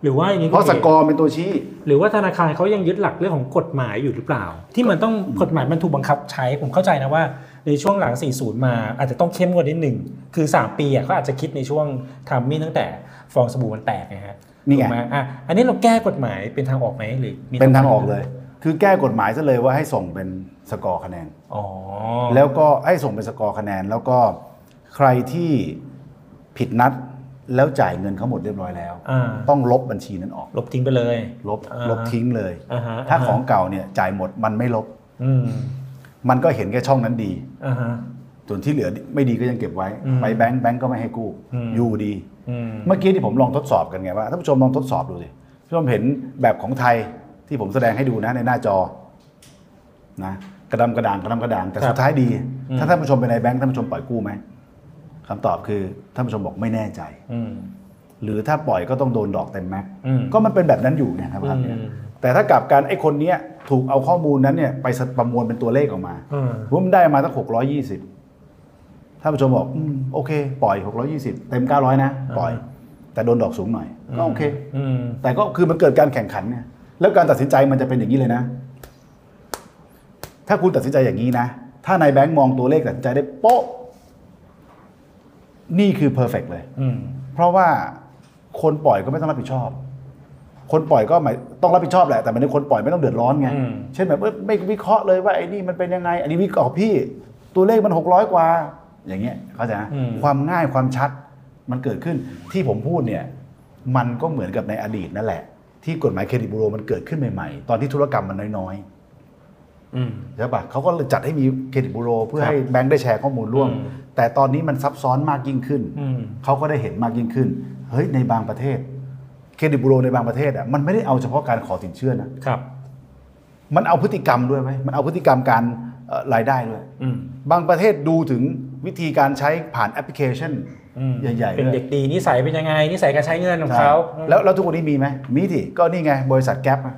Speaker 6: หรือว่าอย่างนี้
Speaker 7: เพราะส
Speaker 6: คุณเอก
Speaker 7: อร์เป็นตัวชี้
Speaker 6: หรือว่าธนาคารเขายังยึดหลักเรื่องของกฎหมายอยู่หรือเปล่า ที่มันต้องกฎหมายมันถูกบังคับใช้ผมเข้าใจนะว่า ในช่วงหลัง 40 มาอาจจะต้องเข้มงวดนิดหนึ่งคือ 3 ปีอ่ะเขาอาจจะคิดในช่วงทามมิ่งตั้งแต่ฟองสบู่มันแตกนะฮะ
Speaker 7: นี่ไง
Speaker 6: ถูกหมอ่ะอันนี้เราแก้กฎหมายเป็นทางออกไหมหรือมี
Speaker 7: เป็นทางออกเลย คือแก้กฎหมายซะเลยว่าให้ส่งเป็นสกอร์คะแนน
Speaker 6: อ๋อ
Speaker 7: แล้วก็ให้ส่งเป็นสกอร์คะแนน แล้วก็ใครที่ผิดนัดแล้วจ่ายเงินเขาหมดเรียบร้อยแล้ว
Speaker 6: อ่า
Speaker 7: ต้องลบบัญชีนั้นออก
Speaker 6: ลบทิ้งไปเลย
Speaker 7: ลบ
Speaker 6: อ่าฮะ
Speaker 7: ลบทิ้งเลย
Speaker 6: อ่าฮะ
Speaker 7: ถ้า
Speaker 6: อ่าฮะ
Speaker 7: ของเก่าเนี่ยจ่ายหมดมันไม่ลบ
Speaker 6: อืม
Speaker 7: มันก็เห็นแค่ช่องนั้นดี
Speaker 6: อ่าฮะ
Speaker 7: ส่วนที่เหลือไม่ดีก็ยังเก็บไว้
Speaker 6: อืม
Speaker 7: ไปแบงก์แบงก์ก็ไม่ให้กู้
Speaker 6: อืม
Speaker 7: อยู่ดี
Speaker 6: อืม
Speaker 7: เมื่อกี้ที่ผมลองทดสอบกันไงว่าท่านผู้ชมลองทดสอบดูสิท่านผู้ชมเห็นแบบของไทยที่ผมแสดงให้ดูนะในหน้าจอนะกระดำกระด่างกระดำกระด่างแต่สุดท้ายดี ถ้าท่านผู้ชมเป็นในแบงค์ท่านผู้ชมปล่อยกู้ไหมคำตอบคือท่านผู้ชมบอกไม่แน่ใจ
Speaker 6: อืม
Speaker 7: หรือถ้าปล่อยก็ต้องโดนดอกเต็มแม็กซ์
Speaker 6: อืม
Speaker 7: ก็มันเป็นแบบนั้นอยู่เนี่ยครับครับเนี่ย
Speaker 6: อืม
Speaker 7: แต่ถ้ากลับการไอ้คนเนี้ยถูกเอาข้อมูลนั้นเนี่ยไปประมวลเป็นตัวเลขออกมา
Speaker 6: อืม
Speaker 7: ผมนได้มาตั้งหกร้อยยี่สิบท่านผู้ชมบอกอืมโอเค ปล่อยหกร้อยี่สิบเต็มเก้าร้อยนะปล่อย แต่โดนดอกสูงหน่อย ก็โอเค
Speaker 6: อืม
Speaker 7: แต่ก็คือมันเกิดการแข่งขันไงแล้วการตัดสินใจมันจะเป็นอย่างนี้เลยนะ ถ้าคุณตัดสินใจอย่างนี้นะ ถ้านายแบงค์มองตัวเลขตัดสินใจได้โป๊ะนี่คือ perfect เลย
Speaker 6: อืม
Speaker 7: เพราะว่าคนปล่อยก็ไม่ต้องรับผิดชอบ คนปล่อยก็หมายต้องรับผิดชอบแหละ แต่หมันในคนปล่อยไม่ต้องเดือดร้อนไง เช่นแบบเอ้ยไม่วิเคราะห์เลยว่าไอ้นี่มันเป็นยังไง อันนี้วิเคราะห์พี่ ตัวเลขมันหกร้อยกว่า อย่างเงี้ยเข้าใจนะ
Speaker 6: อืม
Speaker 7: ความง่ายความชัดมันเกิดขึ้นที่ผมพูดเนี่ยมันก็เหมือนกับในอดีตนั่นแหละ ที่กฎหมายเครดิตบูโรมันเกิดขึ้นใหม่ๆ ตอนที่ธุรกรรมมันน้อยๆ
Speaker 6: อืม
Speaker 7: ใช่ปะเขาก็จัดให้มีเครดิตบูโร เพื่
Speaker 6: ค
Speaker 7: อ
Speaker 6: รับ
Speaker 7: ให้แบงค์ได้แชร์ข้อมูลร่วม
Speaker 6: อืม
Speaker 7: แต่ตอนนี้มันซับซ้อนมากยิ่งขึ้น
Speaker 6: อืม
Speaker 7: เขาก็ได้เห็นมากยิ่งขึ้น เฮ้ยในบางประเทศ เครดิตบูโรในบางประเทศอ่ะมันไม่ได้เอาเฉพาะการขอสินเชื่อนะ
Speaker 6: ครับ
Speaker 7: มันเอาพฤติกรรมด้วยไหมมันเอาพฤติกรรมการเอ่อรายได้ด้วย
Speaker 6: อืม
Speaker 7: บางประเทศดูถึงวิธีการใช้ผ่านแอปพลิเคชัน
Speaker 6: อืม
Speaker 7: ใหญ่ๆ
Speaker 6: เป็น
Speaker 7: ด้วย
Speaker 6: เด็กดีนิสัยเป็นยังไงนิสัยการใช้เงินของ
Speaker 7: ใช่
Speaker 6: เขา
Speaker 7: แล้วแล้วทุกวันนี้มีไหมมีที่ก็นี่ไงบริษัทแก๊ปอะ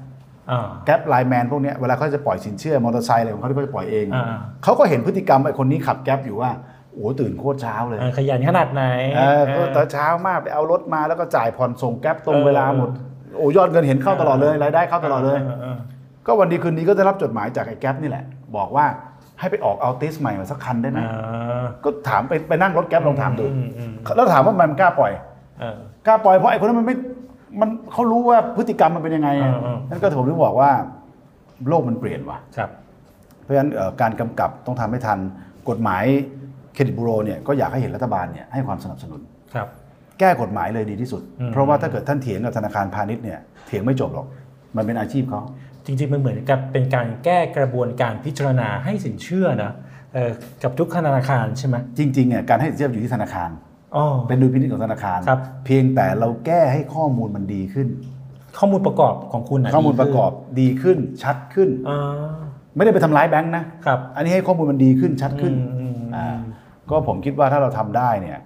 Speaker 6: อ่า
Speaker 7: แกร็บไลน์แมนพวกเนี้ยเวลาเขาจะปล่อยสินเชื่อมอเตอร์ไซค์อะไรของเขาที่เขาจะปล่อยเอง
Speaker 6: อ่า
Speaker 7: เขาก็เห็นพฤติกรรมไอ้คนนี้ขับแกร็บอยู่ว่าโอ้โหตื่นโคตรเช้าเลย
Speaker 6: เออขยันขนาดไหน
Speaker 7: เออก็
Speaker 6: เออ
Speaker 7: ตอนเช้ามากไปเอารถมาแล้วก็จ่ายผ่อนส่งแกร็บตรงเวลาหมด
Speaker 6: เอ
Speaker 7: โอ้ยอดเงินเห็นเข้าตลอดเลยรายได้เข้าตลอดเลย
Speaker 6: ออ
Speaker 7: ก็วันดีคืนนี้ก็ได้รับจดหมายจากไอ้แกร็บนี่แหละ บอกว่าให้ไปออกเอาติสใหม่มาสักคันได้ไหม
Speaker 6: อ่า
Speaker 7: ก็ถามไปไปนั่งรถแกร็บลองถามดู
Speaker 6: อืมอืม
Speaker 7: แล้วถามว่ามันกล้าปล่อย
Speaker 6: เออ
Speaker 7: กล้าปล่อยเพราะไอ้คนนั้นมันไม่ มันเขารู้ว่าพฤติกรรมมันเป็นยังไงอะ
Speaker 6: อ่าๆ
Speaker 7: นั่นก็ผมถึงบอกว่าโลกมันเปลี่ยนว่ะ
Speaker 6: ครับ
Speaker 7: เพราะฉะนั้นเอ่อการกำกับต้องทำให้ทันกฎหมายเครดิตบูโรเนี่ยก็อยากให้เห็นรัฐบาลเนี่ยให้ความสนับสนุน
Speaker 6: ครับ
Speaker 7: แก้กฎหมายเลยดีที่สุด
Speaker 6: อืม
Speaker 7: เพราะว่าถ้าเกิดท่านเถียงกับธนาคารพาณิชย์เนี่ยเถียงไม่จบหรอก มันเป็นอาชีพเขา
Speaker 6: จริงๆ มันเหมือนกับเป็นการแก้กระบวนการพิจารณาให้สินเชื่อนะเออกับทุกธนาคารใช่ไหม
Speaker 7: จริงๆเนี่ยการให้สินเชื่ออยู่ที่ธนาคาร
Speaker 6: อ๋อ
Speaker 7: เป็นดุลพินิจของธนาคาร
Speaker 6: ครับ
Speaker 7: เพียงแต่เราแก้ให้ข้อมูลมันดีขึ้น
Speaker 6: ข้อมูลประกอบของคุณนะ
Speaker 7: ข้อมูลประกอบดีขึ้นชัดขึ้น
Speaker 6: อ่า
Speaker 7: ไม่ได้ไปทำร้ายแบงค์นะ
Speaker 6: ครับ
Speaker 7: อันนี้ให้ข้อมูลมันดีขึ้นชัดขึ้น
Speaker 6: อืมอืมอืม
Speaker 7: อ่าก็ผมคิดว่าถ้าเราทำได้เนี่ย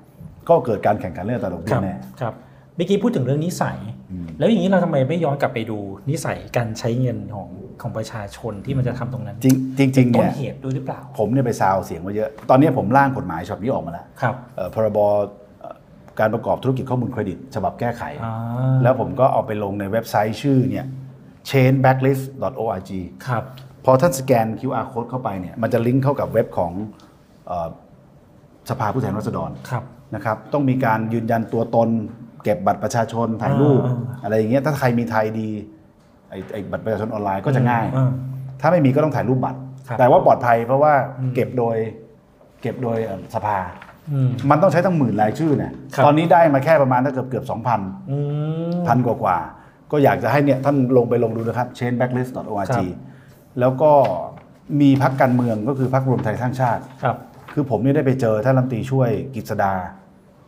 Speaker 7: ก็เกิดการแข่งขันเรื่องอัตลาดอก
Speaker 6: ค
Speaker 7: เบี้
Speaker 6: รั
Speaker 7: ย
Speaker 6: บ
Speaker 7: แน่
Speaker 6: ครับเมื่อกี้พูดถึงเรื่องนิสัย
Speaker 7: อืม
Speaker 6: แล้วอย่างนี้เราทำไมไม่ย้อนกลับไปดูนิสัยการใช้เงินของของประชาชนที่มันจะทำตรงนั้น
Speaker 7: จริงจริงๆ
Speaker 6: ต้น
Speaker 7: เนี่ย
Speaker 6: เหตุด้วยหรือเปล่า
Speaker 7: ผมเนี่ยไปซาวเสียงมาเยอะ ตอนนี้ผมร่างกฎหมายฉบับนี้ออกมาแล้ว
Speaker 6: ครับ
Speaker 7: เอ่อพรบเอ่อการประกอบธุรกิจข้อมูลเครดิต ฉบับแก้ไข
Speaker 6: อ่า
Speaker 7: แล้วผมก็เอาไปลงในเว็บไซต์ชื่อเนี่ย chainbacklist.org
Speaker 6: ครับ
Speaker 7: พอท่านสแกน QR code เข้าไปเนี่ยมันจะลิงก์เข้ากับเว็บของเอ่อสภาผู้แทนราษฎร
Speaker 6: ครับ
Speaker 7: นะครับ ต้องมีการยืนยันตัวตน เก็บบัตรประชาชนถ่ายรูป
Speaker 6: อ่า
Speaker 7: อะไรอย่างเงี้ยถ้าใครมีไทยดีไอ้ไอ้บัตรประชาชนออนไลน์ก็จะง่าย
Speaker 6: อืม
Speaker 7: ถ้าไม่มีก็ต้องถ่ายรูปบัตร
Speaker 6: ครับ
Speaker 7: แต่ว่าปลอดภัยเพราะว่าเก็บโดยเก็บโดยเอ่อสภา
Speaker 6: อืม
Speaker 7: มันต้องใช้ตั้งหมื่นรายชื่อเนี่ย
Speaker 6: ครับ
Speaker 7: ตอนนี้ได้มาแค่ประมาณถ้าเกือบเกือบสองพัน
Speaker 6: อืม
Speaker 7: พันกว่ากว่า ก็อยากจะให้เนี่ยท่านลงไปลงดูนะครับ
Speaker 6: ครั
Speaker 7: chainbacklist.org
Speaker 6: บ
Speaker 7: แล้วก็มีพักการเมืองก็คือพักรวมไทยสร้างชาติ
Speaker 6: ครับ
Speaker 7: คือผมเนี่ยได้ไปเจอท่านรัฐมนตรีช่วยกฤษดา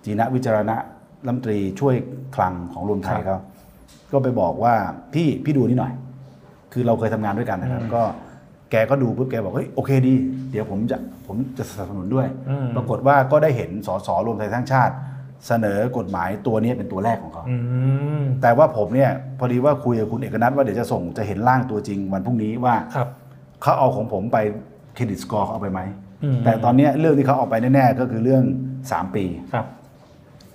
Speaker 7: จีนะวิจารณะรัฐมนตรีช่วยคลังของรวมไทยเขาก็ไปบอกว่าพี่พี่ดูนี่หน่อย คือเราเคยทำงานด้วยกันนะครับ ก็แกก็ดูปุ๊บแกบอกเฮ้ยโอเคดี เดี๋ยวผมจะผมจะสนับสนุนด้วย
Speaker 6: อืม
Speaker 7: ปรากฏว่าก็ได้เห็นสสรวมไทยทั้างชาติ เสนอกฎหมายตัวนี้เป็นตัวแรกของเขา
Speaker 6: อืม
Speaker 7: แต่ว่าผมเนี่ยพอดีว่าคุยกับคุณเอกนัทว่าเดี๋ยวจะส่งจะเห็นร่างตัวจริงวันพรุ่งนี้ว่า
Speaker 6: ครับ
Speaker 7: เขาเอาของผมไปเครดิตสกอร์เขาเอาไปไหม
Speaker 6: อืม
Speaker 7: แต่ตอนเนี้ยเรื่องที่เขาเอาไปแน่ๆ ก็คือเรื่อง 3 ปี
Speaker 6: ครับ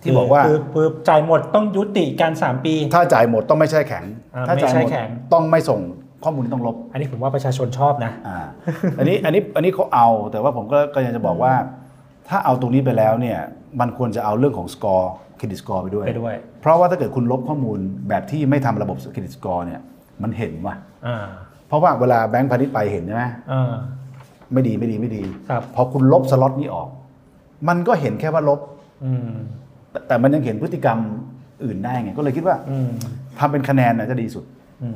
Speaker 7: ที่บอกว่า
Speaker 6: คือคือจ่ายหมดต้องยุติการ 3 ปี
Speaker 7: ถ้าจ่ายหมดต้องไม่แช่แข็ง
Speaker 6: อ่า
Speaker 7: ถ้าจ่ายห
Speaker 6: ไม่
Speaker 7: ม
Speaker 6: แช่
Speaker 7: ด
Speaker 6: แข็ง
Speaker 7: ต้องไม่ส่งข้อมูลที่ต้องลบ
Speaker 6: อันนี้ผมว่าประชาชนชอบนะ
Speaker 7: อ่า อันนี้อันนี้อันนี้เขาเอา แต่ว่าผมก็ก็ยังจะบอกว่า ถ้าเอาตรงนี้ไปแล้วเนี่ยมันควรจะเอาเรื่องของสกอร์เครดิตสกอร์ไปด้วย
Speaker 6: ไปด้วย
Speaker 7: เพราะว่าถ้าเกิดคุณลบข้อมูลแบบที่ไม่ทำระบบเครดิตสกอร์เนี่ยมันเห็นว่ะ
Speaker 6: อ่า
Speaker 7: เพราะว่าเวลาแบงก์พาณิชย์ไปเห็นใช่ไหม
Speaker 6: อ่า
Speaker 7: ไม่ดีไม่ดีไม่ดี
Speaker 6: ครับ
Speaker 7: พอคุณลบสล็อตนี้ออก มันก็เห็นแค่ว่าลบ
Speaker 6: อืม
Speaker 7: แต่แต่มันยังเห็นพฤติกรรมอื่นได้ไง ก็เลยคิดว่า
Speaker 6: อืม
Speaker 7: ทำเป็นคะแนนน่ะจะดีสุด
Speaker 6: อื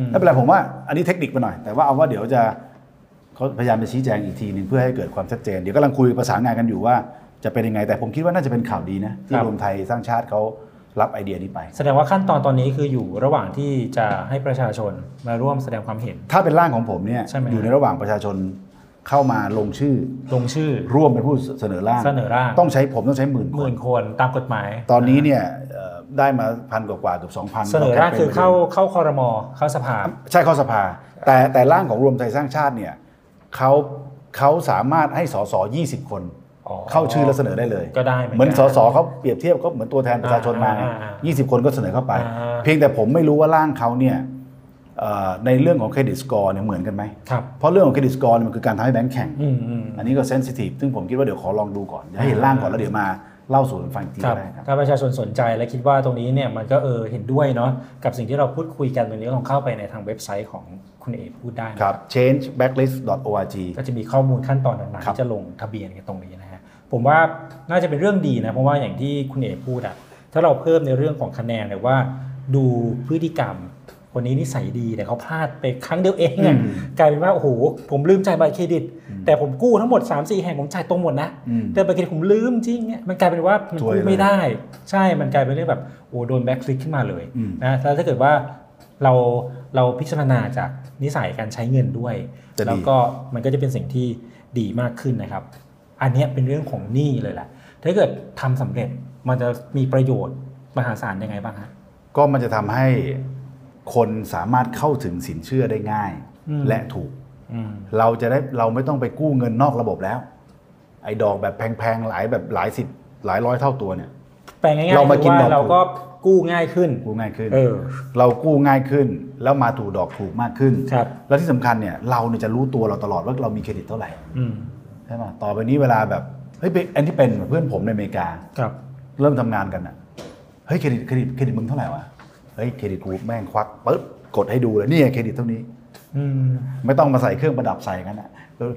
Speaker 6: ม
Speaker 7: ไม่เป็นไรผมว่าอันนี้เทคนิคไปหน่อย แต่ว่าเอาว่าเดี๋ยวจะเขาพยายามจะชี้แจงอีกทีหนึ่งเพื่อให้เกิดความชัดเจน เดี๋ยวกำลังคุยประสานงานกันอยู่ว่าจะเป็นยังไง แต่ผมคิดว่าน่าจะเป็นข่าวดีนะที่รวมไทยสร้างชาติเขารับไอเดียนี้ไป
Speaker 6: แสดงว่าขั้นตอนตอนนี้คืออยู่ระหว่างที่จะให้ประชาชนมาร่วมแสดงความเห็น
Speaker 7: ถ้าเป็นร่างของผมเนี่ย
Speaker 6: ใช่ไหม
Speaker 7: อยู่ในระหว่างประชาชนเข้ามาลงชื่อ
Speaker 6: ลงชื่อ
Speaker 7: ร่วมเป็นผู้เสนอร่าง
Speaker 6: เสนอร่าง
Speaker 7: ต้องใช้ผมต้องใช้หมื่นค
Speaker 6: หมื่
Speaker 7: น
Speaker 6: นคนตามกฎหมาย
Speaker 7: ตอนนี้เนี่ยเอ่อได้มาพันกว่ากว่าๆเกือบสองพัน
Speaker 6: เสนอร่างคือเข้าเข้าคอรมอเข้าสภา
Speaker 7: ใช่เข้าสภา แต่แต่ร่างของรวมไทยสร้างชาติเนี่ยเขาเขาสามารถให้สสยี่สิบคน
Speaker 6: อ๋อ
Speaker 7: เข้าชื่อและเสนอได้เลย
Speaker 6: ก็ได้เหมือนกัน
Speaker 7: เหมือนสสเขาเปรียบเทียบเขาเหมือนตัวแทนประชาชนมาไง
Speaker 6: อ่าอ่า
Speaker 7: ยี่สิบคนก็เสนอเข้าไป
Speaker 6: อ่า
Speaker 7: เพียงแต่ผมไม่รู้ว่าร่างเขาเนี่ยเอ่อในเรื่องของเครดิตสกอร์เนี่ยเหมือนกันไหม
Speaker 6: ครับ
Speaker 7: เพราะเรื่องของเครดิตสกอร์มันคือการทำให้แบงค์แข่ง
Speaker 6: อืมอืม
Speaker 7: อันนี้ก็เซนซิทีฟซึ่งผมคิดว่าเดี๋ยวขอลองดูก่อนเดี๋ยวให้เห็นร่างก่อนแล้วเดี๋ยวมาเล่าสู่กันฟังอีกที
Speaker 6: ครับ
Speaker 7: ก็ได้ครับ
Speaker 6: ถ้าประชาชนสนใจและคิดว่าตรงนี้เนี่ยมันก็เออเห็นด้วยเนาะกับสิ่งที่เราพูดคุยกันตรงนี้ก็ลองเข้าไปในทางเว็บไซต์ของคุณเอพูดได้นะ
Speaker 7: ครับ changebacklist.org
Speaker 6: ก็จะมีข้อมูลขั้นตอนต่างๆ
Speaker 7: ครับ
Speaker 6: ที่จะลงทะเบียนกันตรงนี้นะฮะ ผมว่าน่าจะเป็นเรื่องดีนะเพราะว่าอย่างที่คุณเอกพูดอะถ้าเราเพิ่มในเรื่องของคะแนนเนี่ยว่า ดูพฤติกรรม คนนี้นิสัยดีแต่เขาพลาดไปครั้งเดียวเองอะ
Speaker 7: อืม
Speaker 6: กลายเป็นว่าโอ้โหผมลืมจ่ายบัตรเครดิต แต่ผมกู้ทั้งหมด 3 4 แห่งผมจ่ายตรงหมดนะ
Speaker 7: อืม
Speaker 6: แต่บัตรเครดิตผมลืมจริงเนี่ยมันกลายเป็นว่ามัน
Speaker 7: ซวย
Speaker 6: กู้
Speaker 7: เลย
Speaker 6: ไม่ได้ ใช่มันกลายเป็นเรื่องแบบโอ้โดนแบ็คลิกขึ้นมาเลย
Speaker 7: อืม
Speaker 6: นะแล้วถ้าเกิดว่าเราเราพิจารณาจากนิสัยการใช้เงินด้วย
Speaker 7: จะดี
Speaker 6: แล้วก็มันก็จะเป็นสิ่งที่ดีมากขึ้นนะครับ อันเนี้ยเป็นเรื่องของหนี้เลยแหละ ถ้าเกิดทำสำเร็จมันจะมีประโยชน์มหาศาลยังไงบ้างฮะ
Speaker 7: ก็มันจะทำให้คนสามารถเข้าถึงสินเชื่อได้ง่าย
Speaker 6: อืม
Speaker 7: และถูก
Speaker 6: อืม
Speaker 7: เราจะได้เราไม่ต้องไปกู้เงินนอกระบบแล้ว ไอ้ดอกแบบแพงๆหลายแบบหลายสิบหลายร้อยเท่าตัวเนี่ย
Speaker 6: แปลง่ายๆ
Speaker 7: เรามากิน
Speaker 6: คือว่า
Speaker 7: ดอก
Speaker 6: เรา
Speaker 7: ถูก
Speaker 6: ก็กู้ง่ายขึ้น
Speaker 7: กู้ง่ายขึ้น
Speaker 6: เออ
Speaker 7: เรากู้ง่ายขึ้น แล้วมาถูกดอกถูกมากขึ้น
Speaker 6: ครับ
Speaker 7: แล้วที่สำคัญเนี่ยเราเนี่ยจะรู้ตัวเราตลอดว่าเรามีเครดิตเท่าไหร่
Speaker 6: อืม
Speaker 7: ใช่ป่ะต่อไปนี้เวลาแบบเฮ้ยเป็นอันที่เป็นเพื่อนผมในอเมริกา
Speaker 6: ครับ
Speaker 7: เริ่มทำงานกันอ่ะ เฮ้ยเครดิตเครดิตเครดิตมึงเท่าไหร่วะ เฮ้ยเครดิตกูแม่งควักปึ๊บกดให้ดูเลยนี่ไงเครดิตเท่านี้
Speaker 6: อืม
Speaker 7: ไม่ต้องมาใส่เครื่องประดับใส่กันอ่ะ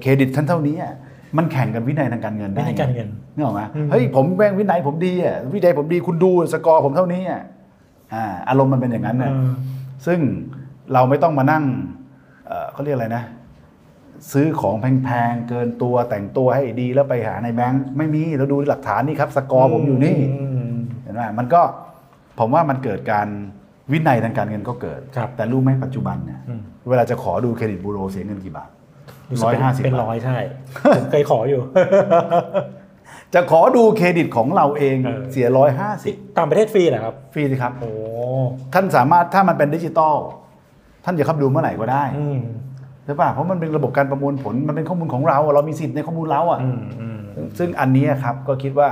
Speaker 7: เครดิตท่านเท่านี้อะมันแข่งกันวินัยทางการเงินได้
Speaker 6: วิธีการเงิน
Speaker 7: นึกออกไหม
Speaker 6: อืม
Speaker 7: เฮ้ยผมแม่งวินัยผมดีอ่ะวินัยผมดีคุณดูสกอร์ผมเท่านี้อ่ะอ่าอารมณ์มันเป็นอย่างนั้น
Speaker 6: เอ
Speaker 7: นะ
Speaker 6: อ
Speaker 7: ซึ่งเราไม่ต้องมานั่งเอ่อเขาเรียกอะไรนะ ซื้อของแพงๆเกินตัวแต่งตัวให้ดีแล้วไปหาในแบงค์ไม่มีเราดูหลักฐานนี่ครับสกอร์ผมอยู่นี่
Speaker 6: ม
Speaker 7: เห็นไหมมันก็ผมว่ามันเกิดการวินัยทางการเงินก็เกิด
Speaker 6: ครับ
Speaker 7: แต่รู้ไหมปัจจุบันเนี่ย
Speaker 6: อืม
Speaker 7: เวลาจะขอดูเครดิตบูโรเสียเงินกี่บาทร้อย
Speaker 6: เป็น
Speaker 7: ห้าสิบ
Speaker 6: เป็น
Speaker 7: บา
Speaker 6: ร้อ
Speaker 7: ท
Speaker 6: ยใช่ ผมเคยขออยู่
Speaker 7: จะขอดูเครดิตของเราเอง
Speaker 6: เออ
Speaker 7: เสียร้อยห้าสิบ
Speaker 6: ต่างประเทศฟรีเหรอครับ
Speaker 7: ฟรีสิครับ
Speaker 6: โอ้
Speaker 7: ท่านสามารถถ้ามันเป็นดิจิตอลท่านจะเข้าไปดูเมื่อไหร่ก็ได้
Speaker 6: อืม
Speaker 7: ใช่ป่ะเพราะมันเป็นระบบการประมวลผลมันเป็นข้อมูลของเราอะเรามีสิทธิ์ในข้อมูลเราอ่ะ
Speaker 6: อืมอืม
Speaker 7: ซึ่งอันเนี้ยครับก็คิดว่า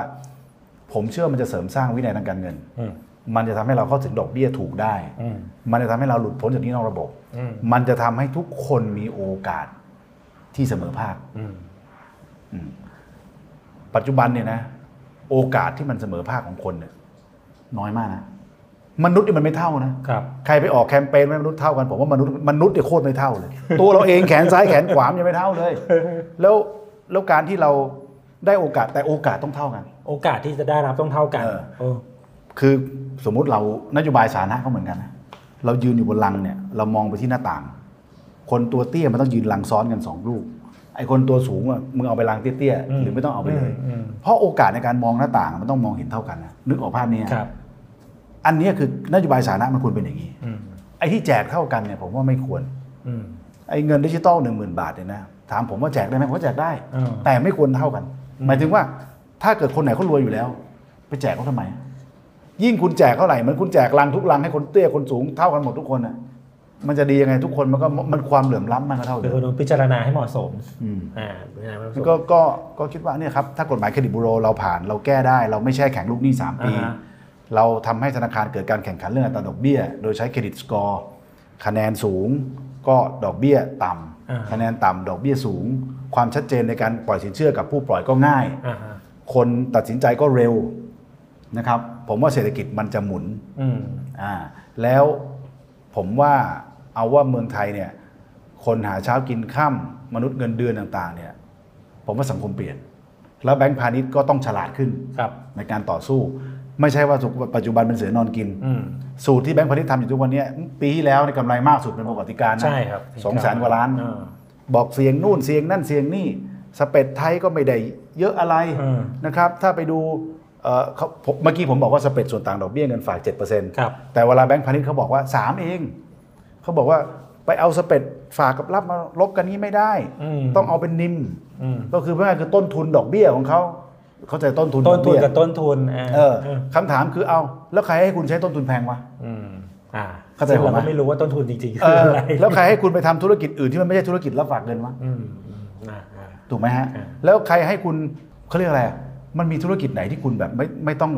Speaker 7: ผมเชื่อมันจะเสริมสร้างวินัยทางการเงิน
Speaker 6: อืม
Speaker 7: มันจะทำให้เราเข้าถึงดอกเบี้ยถูกได้
Speaker 6: อืม
Speaker 7: มันจะทำให้เราหลุดพ้นจากหนี้นอกระบบ
Speaker 6: อืม
Speaker 7: มันจะทำให้ทุกคนมีโอกาสที่เสมอภาค
Speaker 6: อืม
Speaker 7: ปัจจุบันเนี่ยนะ โอกาสที่มันเสมอภาคของคนเนี่ยน้อยมากนะ มนุษย์เนี่ยมันไม่เท่านะ
Speaker 6: ครับ
Speaker 7: ใครไปออกแคมเปญว่ามนุษย์เท่ากันผมว่ามนุษย์มนุษย์เนี่ยโคตรไม่เท่าเลย ตัวเราเองแขนซ้ายแขนขวามนยังไม่เท่าเลย แล้วแล้วการที่เราได้โอกาสแต่โอกาสต้องเท่ากัน
Speaker 6: โอกาสที่จะได้รับต้องเท่ากัน
Speaker 7: เออ
Speaker 6: เออ
Speaker 7: คือสมมุติเรานโยบายสาธารณะก็เหมือนกันนะเรายืนอยู่บนลังเนี่ยเรามองไปที่หน้าต่าง คนตัวเตี้ยมันต้องยืนลังซ้อนกันสองลูกไอ้คนตัวสูงอะมึงเอาไปลังเตี้ย
Speaker 6: อืม
Speaker 7: ๆหรือไม่ต้องเอาไปเลย
Speaker 6: อืม
Speaker 7: เพราะโอกาสในการมองหน้าต่างมันต้องมองเห็นเท่ากันนะนึกออกภาพนี้อะ
Speaker 6: ครับ
Speaker 7: อันเนี้ยคือนโยบายสาธารณะมันควรเป็นอย่างนี้
Speaker 6: อืม
Speaker 7: ไอ้ที่แจกเท่ากันเนี่ยผมว่าไม่ควร
Speaker 6: อืม
Speaker 7: ไอ้เงินดิจิตอลหนึ่งหมื่นบาทเนี่ยนะถามผมว่าแจกได้ไหมผมว่าแจกได้
Speaker 6: เออ
Speaker 7: แต่ไม่ควรเท่ากัน หมายถึงว่าถ้าเกิดคนไหนเขารวยอยู่แล้ว ไปแจกเขาทำไม ยิ่งคุณแจกเท่าไหร่เหมือนคุณแจกลังทุกลังให้คนเตี้ยคนสูงเท่ากันหมดทุกคนนะมันจะดียังไงทุกคนมันก็มันความเหลื่อมล้ำมันก็เท่าเดิ
Speaker 6: คือคน
Speaker 7: ม
Speaker 6: ต้องพิจารณาให้เหมาะสม
Speaker 7: อืม
Speaker 6: อ่าพิจารณาให้เหมาะสม
Speaker 7: ก็ก็ก็คิดว่าเนี่ยครับถ้ากฎหมายเครดิตบูโรเราผ่านเราแก้ได้ เราไม่แช่แข็งลูกหนี้ 3 ปี
Speaker 6: อ่าฮะ
Speaker 7: เราทำให้ธนาคารเกิดการแข่งขันเรื่องอัตราดอกเบี้ย โดยใช้เครดิตสกอร์คะแนนสูง ก็ดอกเบี้ยต่ำ
Speaker 6: อ่า
Speaker 7: คะแนนต่ำดอกเบี้ยสูง ความชัดเจนในการปล่อยสินเชื่อกับผู้ปล่อยก็ง่าย
Speaker 6: อ่าฮะ
Speaker 7: คนตัดสินใจก็เร็วนะครับ ผมว่าเศรษฐกิจมันจะหมุน
Speaker 6: อืม
Speaker 7: อ่าแล้วผมว่าเอาว่าเมืองไทยเนี่ย คนหาเช้ากินข้ามนุษย์เงินเดือนต่างๆ เนี่ย ผมว่าสังคมเปลี่ยน แล้วแบงก์พาณิชย์ก็ต้องฉลาดขึ้น
Speaker 6: ครับ
Speaker 7: ในการต่อสู้ ไม่ใช่ว่าสุขปัจจุบันเป็นเสือนอนกิน
Speaker 6: อืม
Speaker 7: สูตรที่แบงก์พาณิชย์ทำอยู่ทุกวันเนี้ยปีที่แล้วในยกำไรมากสุดเป็นปกติการนะ
Speaker 6: ใช่ครับ
Speaker 7: สองแสนกว่าล้าน
Speaker 6: อ่า
Speaker 7: บอกเสียงนู่นเสียงนั่นเสียงนี่สเปดไทยก็ไม่ได้เยอะอะไร
Speaker 6: อืม
Speaker 7: นะครับ ถ้าไปดูเอ่อเขาผมเมื่อกี้ผมบอกว่าสเปดส่วนต่างดอกเบี้ยเงินฝาก7%
Speaker 6: ครับ
Speaker 7: แต่เวลาแบงก์พาณิชย์เขาบอกว่า 3 เอง เขาบอกว่าไปเอาสเปดฝากกับรับมาลบกันนี้ไม่ได้
Speaker 6: อืม
Speaker 7: ต้องเอาเป็นนิม
Speaker 6: อืม
Speaker 7: ก็คือว่าคือต้นทุนดอกเบี้ยของเขาเข้าใจต้นทุน
Speaker 6: ต้น
Speaker 7: ดอก
Speaker 6: ทุน
Speaker 7: เบี้ย
Speaker 6: กับต้นทุนอ่า
Speaker 7: เออคำถามคือเอาแล้วใครให้คุณใช้ต้นทุนแพง วะ
Speaker 6: อืม อ่า
Speaker 7: เข้าใจ
Speaker 6: ซึ่ง
Speaker 7: ผม
Speaker 6: เราก็
Speaker 7: ไหม
Speaker 6: ไม่รู้ว่าต้นทุนจริงๆ
Speaker 7: เอ
Speaker 6: คือ
Speaker 7: อ
Speaker 6: อะไร
Speaker 7: แล้วใครให้คุณไปทำธุรกิจอื่นที่มันไม่ใช่ธุรกิจรับฝากเงินวะ
Speaker 6: อืมอืมอ่าอ่า
Speaker 7: ถูกไหมฮะ
Speaker 6: อ่า
Speaker 7: แล้วใครให้คุณเขาเรียกอะไรอะมันมีธุรกิจไหนที่คุณแบบไม่ไม่ต้อง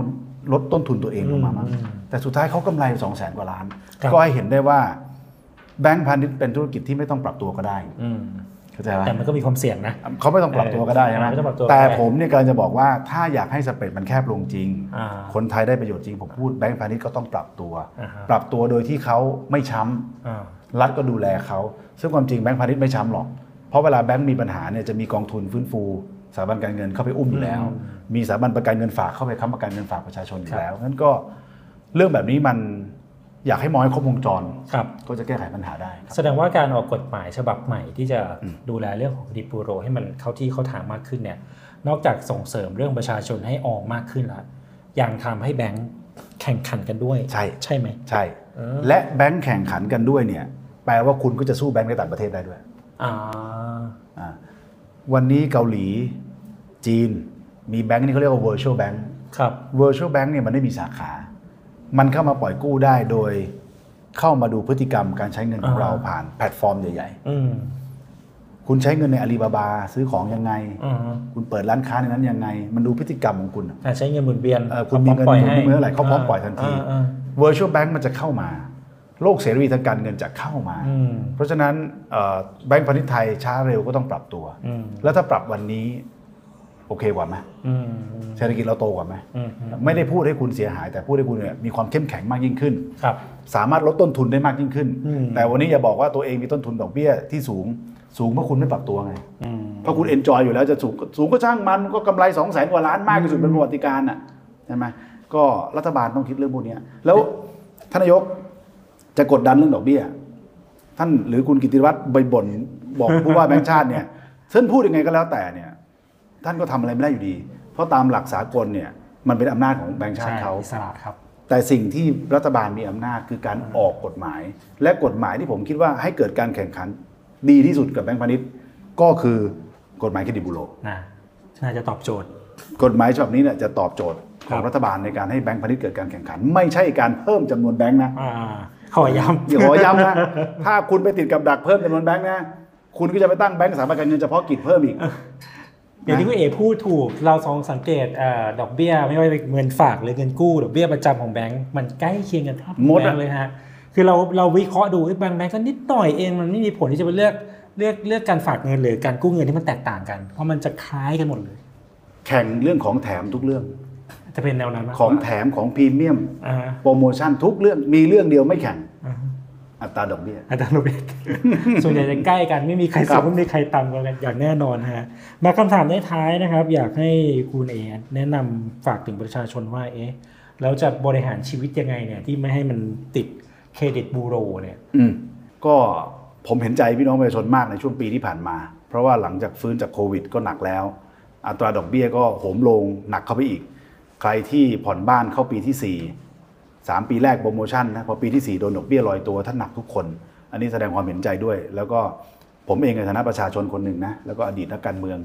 Speaker 7: ลดต้นทุนตัวเองลงมามั้งแต่สุดท้ายเขากำไรสองแสนกว่าล้าน ก็ให้เห็นได้ว่า แบงก์พาณิชย์เป็นธุรกิจที่ไม่ต้องปรับตัวก็ได้
Speaker 6: อืม
Speaker 7: เข้าใจไหม
Speaker 6: แต่มันก็มีความเสี่ยงนะ
Speaker 7: เขาไม่ต้องปรับตัวก็ได้ใช่ไหม
Speaker 6: เออไม่ต้องปรับตัวก็ได้
Speaker 7: แต่ผมเนี่ยกำลังจะบอกว่าถ้าอยากให้สเปรดมันแคบลงจริง
Speaker 6: อ่า
Speaker 7: คนไทยได้ประโยชน์จริง ผมพูดแบงก์พาณิชย์ก็ต้องปรับตัว
Speaker 6: อ่าฮะ
Speaker 7: ปรับตัวโดยที่เขาไม่ช้ำ
Speaker 6: อ่า
Speaker 7: รัฐก็ดูแลเขา ซึ่งความจริงแบงก์พาณิชย์ไม่ช้ำหรอก เพราะเวลาแบงก์มีปัญหาเนี่ยจะมีกองทุนฟื้นฟู สถาบันการเงินเข้าไปอุ้มอยู่แล้ว
Speaker 6: อืม
Speaker 7: มีสถาบันประกันเงินฝากเข้าไปค้ำประกันเงินฝากประชาชนอยู่แล้วนั้นก็เรื่องแบบนี้มันอยากให้มองให้ครบวงจร
Speaker 6: ครับ
Speaker 7: ก็จะแก้ไขปัญหาได้ครับ
Speaker 6: แสดงว่าการออกกฎหมายฉบับใหม่ที่จะดูแลเรื่องของคดีปูโร ให้มันเข้าที่เข้าทางมากขึ้นเนี่ย นอกจากส่งเสริมเรื่องประชาชนให้ออกมากขึ้นแล้วยังทำให้แบงค์แข่งขันกันด้วย
Speaker 7: ใช่
Speaker 6: ใช่ไหม
Speaker 7: ใช่
Speaker 6: เออ
Speaker 7: และแบงค์แข่งขันกันด้วยเนี่ย แปลว่าคุณก็จะสู้แบงค์ในต่างประเทศได้ด้วย
Speaker 6: อ่า
Speaker 7: อ่าวันนี้เกาหลีจีน มีแบงค์นี่เขาเรียกว่า virtual bank
Speaker 6: ครับ
Speaker 7: virtual bank เนี่ยมันไม่มีสาขา มันเข้ามาปล่อยกู้ได้โดยเข้ามาดูพฤติกรรมการใช้เงินของเรา
Speaker 6: อ่า
Speaker 7: ผ่านแพลตฟอร์มใหญ่
Speaker 6: อืม
Speaker 7: ๆ คุณใช้เงินในอาลีบาบาซื้อของยังไง
Speaker 6: อืม
Speaker 7: คุณเปิดร้านค้าในนั้นยังไง มันดูพฤติกรรมของคุณอะ
Speaker 6: อ่าใช้เงินหมุนเวียน
Speaker 7: เออคุณมีเงิน
Speaker 6: ขาพร้ปล่ย
Speaker 7: ห
Speaker 6: ให้
Speaker 7: มุนเวียนเมื่อไหร่เขาพร้อมปล่อยทันที
Speaker 6: าอ่า
Speaker 7: virtual bank มันจะเข้ามา โลกเสรีทางการเงินจะเข้ามา
Speaker 6: อืม
Speaker 7: เพราะฉะนั้นเอ่อแบงก์พาณิชย์ไทยช้าเร็วก็ต้องปรับตัว
Speaker 6: อืม
Speaker 7: แล้วถ้าปรับวันนี้ โอเคกว่าไหม
Speaker 6: อืม
Speaker 7: เศรษฐกิจเราโตกว่าไหม
Speaker 6: อืมอืม
Speaker 7: ไม่ได้พูดให้คุณเสียหาย แต่พูดให้คุณเนี่ยมีความเข้มแข็งมากยิ่งขึ้น
Speaker 6: ครับ
Speaker 7: สามารถลดต้นทุนได้มากยิ่งขึ้น
Speaker 6: อืม
Speaker 7: แต่วันนี้อย่าบอกว่าตัวเองมีต้นทุนดอกเบี้ยที่สูง สูงเพราะคุณไม่ปรับตัวไง
Speaker 6: อืม
Speaker 7: เพราะคุณเอนจอยอยู่แล้วจะสูงสูงก็ช่างมันก็กำไร2องแสนกว่าล้านมากที่สุดเป็นประวัติการน่ะใช่ไหมก็รัฐบาลต้องคิดเรื่องพวกเนี้ยแล้วท่านนายกจะกดดันเรื่องดอกเบี้ย ท่านหรือคุณกิติวัตรบ่นบอกผู้ว่าแบงค์ชาติเนี่ยท่านพูดยังไงก็แล้วแต่เนี่ย ท่านก็ทำอะไรไม่ได้อยู่ดี เพราะตามหลักสากลเนี่ยมันเป็นอำนาจของแบงค์ชาติเขา
Speaker 6: อิสระครับ
Speaker 7: แต่สิ่งที่รัฐบาลมีอำนาจคือการออกกฎหมาย และกฎหมายที่ผมคิดว่าให้เกิดการแข่งขันดีที่สุดกับแบงก์พาณิชย์ก็คือกฎหมายเครดิตบูโร
Speaker 6: นะน่าจะตอบโจทย์
Speaker 7: กฎหมายฉบับนี้เนี่ยจะตอบโจทย์
Speaker 6: ค
Speaker 7: ขอ
Speaker 6: รั
Speaker 7: ง
Speaker 6: บ
Speaker 7: รัฐบาลในการให้แบงก์พาณิชย์เกิดการแข่งขัน ไม่ใช่การเพิ่มจำนวนแบงก์นะ
Speaker 6: อ่าขอย้ำ
Speaker 7: อย่าขอย้ำนะ ถ้าคุณไปติดกับดักเพิ่มจำนวนแบงก์นะคุณก็จะไปตั้งแบงก์สถาบันการเงินเฉพาะกิจเพิ่มอีก
Speaker 6: อย่างที่คุณเอพูดถูก เราสองสังเกตเอ่อดอกเบี้ยไม่ว่าจะเป็นเงินฝากหรือเงินกู้ดอกเบี้ยประจำของแบงก์มันใกล้เคียงกันครับ
Speaker 7: หมด
Speaker 6: แบ
Speaker 7: อะ
Speaker 6: งก์เลยฮะคือเราเราวิเคราะห์ดูเอ้ยบางแบงก์ก็นิดหน่อยเองมันไม่มีผลที่จะไปเลือกเลือกเลือกการฝากเงินหรือการกู้เงินที่มันแตกต่างกัน เพราะมันจะคล้ายกันหมดเลย
Speaker 7: แข่งเรื่องของแถมทุกเรื่อง
Speaker 6: จะเป็นแนวนั้นมากก
Speaker 7: ข
Speaker 6: ว่า
Speaker 7: องแถมของพรีเมียม
Speaker 6: อ่า
Speaker 7: โปรโมชั่นทุกเรื่องมีเรื่องเดียวไม่แข่ง
Speaker 6: อ่า
Speaker 7: อัตราดอกเบี้ย
Speaker 6: อาจารย์โรเบิร์ต ส่วนใหญ่จะใกล้กันไม่มีใคร
Speaker 7: ครั
Speaker 6: สู
Speaker 7: บ
Speaker 6: งไม่มีใครต่ำกว่ากันอย่างแน่นอนฮะมาคำถามท้ายๆนะครับ อยากให้คุณเอแนะนำฝากถึงประชาชนว่าเอ๊ะแล้วจะบริหารชีวิตยังไงเนี่ยที่ไม่ให้มันติดเครดิตบูโรเนี่ย
Speaker 7: อืมก็ผมเห็นใจพี่น้องประชาชนมากในช่วงปีที่ผ่านมา เพราะว่าหลังจากฟื้นจากโควิดก็หนักแล้ว อัตราดอกเบี้ยก็โหมลงหนักเข้าไปอีก ใครที่ผ่อนบ้านเข้าปีที่ 4 3 ปีแรกโปรโมชั่นนะพอปีที่ 4 โดนดอกเบี้ยลอยตัวท่านหนักทุกคน อันนี้แสดงความเห็นใจด้วย แล้วก็ผมเองในฐานะประชาชนคนหนึ่งนะแล้วก็อดีตนักการเมือง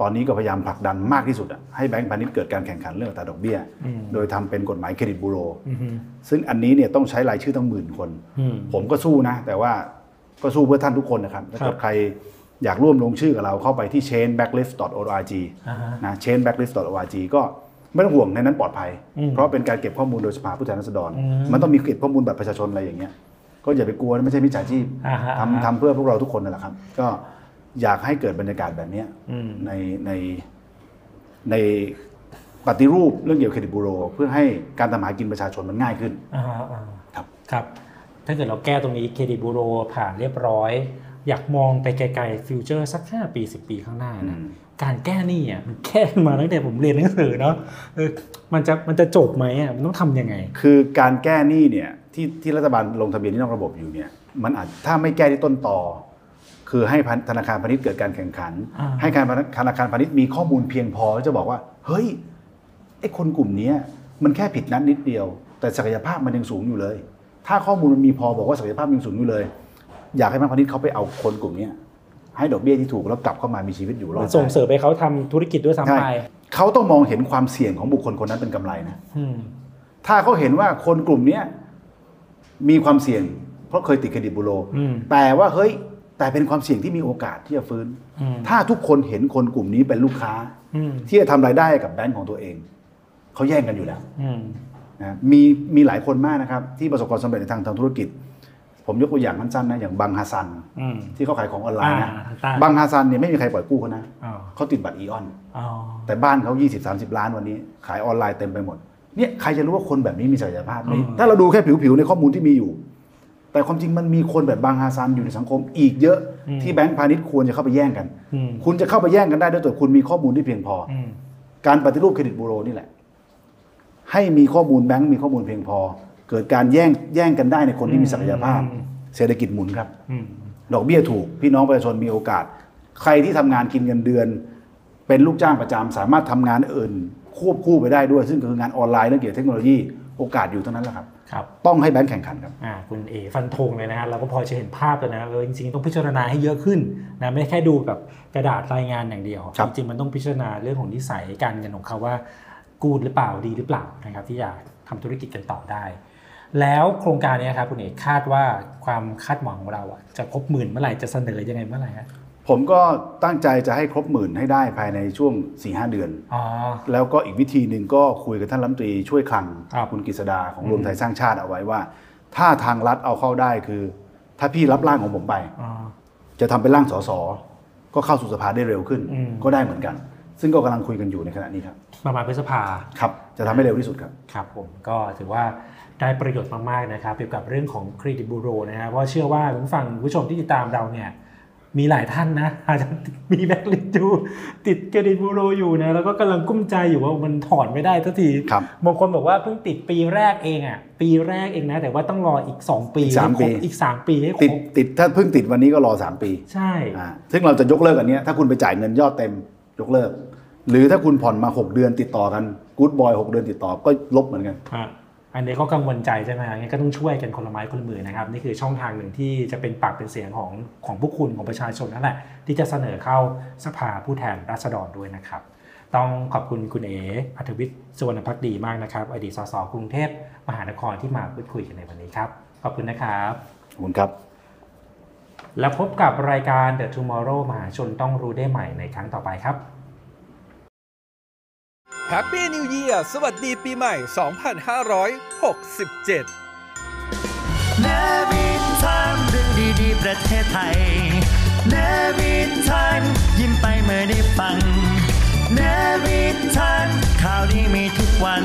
Speaker 7: ตอนนี้ก็พยายามผลักดันมากที่สุดอะให้แบงก์พาณิชย์เกิดการแข่งขันเรื่องอัตราดอกเบี้ย
Speaker 6: อืม
Speaker 7: โดยทำเป็นกฎหมายเครดิตบูโร
Speaker 6: อือฮึ
Speaker 7: ซึ่งอันนี้เนี่ยต้องใช้รายชื่อตั้งหมื่นคน
Speaker 6: อืม
Speaker 7: ผมก็สู้นะ แต่ว่าก็สู้เพื่อท่านทุกคนนะครับ ถ้า
Speaker 6: ครั
Speaker 7: เกิ
Speaker 6: บ
Speaker 7: ดใครอยากร่วมลงชื่อกับเราเข้าไปที่ chainbacklist.org
Speaker 6: อ่าฮะ
Speaker 7: นะ chainbacklist.org ก็ไม่ต้องห่วงในนั้นปลอดภัย
Speaker 6: อืม
Speaker 7: เพราะเป็นการเก็บข้อมูลโดยสภาผู้แทนราษฎร
Speaker 6: อืม
Speaker 7: มันต้องมีเก็บข้อมูลบัตรประชาชนอะไรอย่างเงี้ย ก็อย่าไปกลัวนะไม่ใช่มิจฉาชีพ
Speaker 6: อ่าฮะอ่าฮะ
Speaker 7: ทำทำเพื่อพวกเราทุกคนนั่นแหละครับ ก็อยากให้เกิดบรรยากาศแบบเนี้ย
Speaker 6: อืม
Speaker 7: ในในในปฏิรูปเรื่องเกี่ยวกับเครดิตบูโร เพื่อให้การทำหากินประชาชนมันง่ายขึ้น
Speaker 6: อ่าอ่า
Speaker 7: ครับ
Speaker 6: ครับถ้าเกิดเราแก้ตรงนี้เครดิตบูโรผ่านเรียบร้อย อยากมองไปไกลๆฟิวเจอร์สัก 5 ปี 10 ปีข้างหน้านะการแก้หนี้อ่ะมันแก้มาตั้งแต่ผมเรียนหนังสือเนาะเออมันจะมันจะจบไหมอ่ะมันต้องทำยังไง
Speaker 7: คือการแก้หนี้เนี่ยที่ที่รัฐบาลลงทะเบียนที่นอกระบบอยู่เนี่ยมันอาจถ้าไม่แก้ที่ต้นต่อ คือให้พันธนาคารพาณิชย์เกิดการแข่งขัน
Speaker 6: อ่า
Speaker 7: ให้การธนาคารพาณิชย์มีข้อมูลเพียงพอที่จะบอกว่า เฮ้ยไอ้คนกลุ่มเนี้ยมันแค่ผิดนัดนิดเดียว แต่ศักยภาพมันยังสูงอยู่เลย ถ้าข้อมูลมันมีพอบอกว่าศักยภาพมันยังสูงอยู่เลย อยากให้แบงค์พาณิชย์เขาไปเอาคนกลุ่มเนี้ยให้ดอกเบี้ยที่ถูกแล้วกลับเข้ามามีชีวิตอยู่รอด
Speaker 6: ส่งเสริมไปเขาทำธุรกิจด้วยซ้ำ
Speaker 7: ใช่
Speaker 6: ไป
Speaker 7: เขาต้องมองเห็นความเสี่ยงของบุคคลคนนั้นเป็นกำไรนะ
Speaker 6: อืม
Speaker 7: ถ้าเขาเห็นว่าคนกลุ่มเนี้ยมีความเสี่ยง เพราะเคยติดเครดิตบูโร
Speaker 6: อืม
Speaker 7: แต่ว่าเฮ้ยแต่เป็นความเสี่ยงที่มีโอกาสที่จะฟื้น
Speaker 6: อืม
Speaker 7: ถ้าทุกคนเห็นคนกลุ่มนี้เป็นลูกค้า
Speaker 6: อืม
Speaker 7: ที่จะทำรายได้กับแบงก์ของตัวเองเขาแย่งกันอยู่แล้ว
Speaker 6: อืม
Speaker 7: นะมีมีหลายคนมากนะครับ ที่ประสบความสำเร็จในทางทางธุรกิจ ผมยกตัวอย่างสั้นๆนะอย่างบังฮาซัน
Speaker 6: อืม
Speaker 7: ที่เขาขายของออนไลน์นะ
Speaker 6: อ่าใช่
Speaker 7: บังฮาซันเนี่ยไม่มีใครปล่อยกู้เขานะ
Speaker 6: อ๋อ
Speaker 7: เขาติดบัตรอีออน
Speaker 6: อ๋อ
Speaker 7: แต่บ้านเขา20 30 ล้านวันนี้ ขายออนไลน์เต็มไปหมด เนี่ยใครจะรู้ว่าคนแบบนี้มีศักยภาพไหมถ้าเราดูแค่ผิวๆ ในข้อมูลที่มีอยู่ แต่ความจริงมันมีคนแบบบางฮาซันอยู่ในสังคมอีกเยอะที่แบงก์พาณิชย์ควรจะเข้าไปแย่งกัน
Speaker 6: อืม
Speaker 7: คุณจะเข้าไปแย่งกันได้ด้วยตัวคุณมีข้อมูลที่เพียงพออ
Speaker 6: อืม
Speaker 7: การปฏิรูปเครดิตบูโรนี่แหละ ให้มีข้อมูลแบงก์มีข้อมูลเพียงพอ เกิดการแย่งแย่งกันได้ในคนที่มีศักยภาพ
Speaker 6: อืม
Speaker 7: เศรษฐกิจหมุนครับ
Speaker 6: อืม
Speaker 7: ดอกเบี้ยถูก พี่น้องประชาชนมีโอกาส ใครที่ทำงานกินเงินเดือน เป็นลูกจ้างประจำสามารถทำงานอื่น ควบคู่ไปได้ด้วย ซึ่งก็คืองานออนไลน์เรื่องเกี่ยวกับเทคโนโลยีโอกาสอยู่เท่านั้นแหละครับ
Speaker 6: ครับ
Speaker 7: ต้องให้แบงค์แข่งขันครับ
Speaker 6: อ่าคุณเอฟันธงเลยนะฮะเราก็พอจะเห็นภาพแล้วนะเออจริงๆต้องพิจารณาให้เยอะขึ้นนะไม่ได้แค่ดูแบบกระดาษรายงานอย่างเดียว
Speaker 7: ครับ
Speaker 6: จริงๆมันต้องพิจารณาเรื่องของนิสัยการเงินของเขาว่า กูดหรือเปล่าดีหรือเปล่านะครับที่อยากทำธุรกิจกันต่อได้ แล้วโครงการเนี้ยครับคุณเอกคาดว่าความคาดหวังของเราอ่ะจะครบหมื่นเมื่อไหร่จะเสนอยังไงเมื่อไหร่ฮะ
Speaker 7: ผมก็ตั้งใจจะให้ครบหมื่นให้ได้ภายในช่วง 4-5 เดือน
Speaker 6: อ๋อ
Speaker 7: แล้วก็อีกวิธีหนึ่งก็คุยกับท่านรัฐมนตรีช่วยคลัง
Speaker 6: ครับ
Speaker 7: ณกฤษดาของรวมไทยสร้างชาติเอาไว้ว่า ถ้าทางรัฐเอาเข้าได้คือ ถ้าพี่รับร่างของผมไป
Speaker 6: อ๋อ
Speaker 7: จะทำเป็นร่างสสก็เข้าสู่สภาได้เร็วขึ้น
Speaker 6: อืม
Speaker 7: ก็ได้เหมือนกัน ซึ่งก็กำลังคุยกันอยู่ในขณะนี้ครับ
Speaker 6: ประมาณพฤษภา
Speaker 7: ครับ จะทำให้เร็วที่สุดครับ
Speaker 6: ครับผมก็ถือว่าได้ประโยชน์มากๆนะครับเกี่ยวกับเรื่องของเครดิตบูโรนะครับเพราะเชื่อว่าคุณผู้ฟังคุณผู้ชมที่ติดตามเราเนี่ยมีหลายท่านนะอาจจะมีแบ็คลิสต์อยู่ติดเครดิตบูโรอยู่นะแล้วก็กำลังกุ้มใจอยู่ว่ามันถอนไม่ได้สักที
Speaker 7: ครับ
Speaker 6: บางคนบอกว่าเพิ่งติดปีแรกเองอ่ะปีแรกเองนะแต่ว่าต้องรออีก 2 ปี
Speaker 7: อีกสามปี
Speaker 6: ให้ครบอีก 3 ปีให้คร
Speaker 7: ติด
Speaker 6: บ
Speaker 7: ติดถ้าเพิ่งติดวันนี้ก็รอ 3 ปี
Speaker 6: ใช่
Speaker 7: อ่าซึ่งเราจะยกเลิกอันเนี้ยถ้าคุณไปจ่ายเงินยอดเต็มยกเลิก หรือถ้าคุณผ่อนมา 6 เดือนติดต่อกันกู๊ดบอย6เดือนติดต่อก็ลบเหมือนกัน
Speaker 6: อ่ะอันนี้ก็กังวลใจใช่ไหมงั้นก็ต้องช่วยกันคนละไม้คนละมือนะครับนี่คือช่องทางหนึ่งที่จะเป็นปากเป็นเสียงของของผู้คุณของประชาชนนั่นแหละ ที่จะเสนอเข้าสภาผู้แทนราษฎรด้วยนะครับ ต้องขอบคุณคุณเอ๋อัธวิทย์สุวรรณพักดีมากนะครับ อดีตสสกรุงเทพมหานครที่มาพูดคุยกันในวันนี้ครับ ขอบคุณนะครับ
Speaker 7: ขอบคุณครับ
Speaker 6: และพบกับรายการ The Tomorrow มหาชนต้องรู้ได้ใหม่ในครั้งต่อไปครับ
Speaker 2: Happy New Year สวัสดีปีใหม่ 2567
Speaker 3: เนวินไทม์เรื่องดีๆ ประเทศไทยเนวินไทม์ยิ้มไปเมื่อได้ฟังเนวินไทม์ข่าวดีมีทุกวัน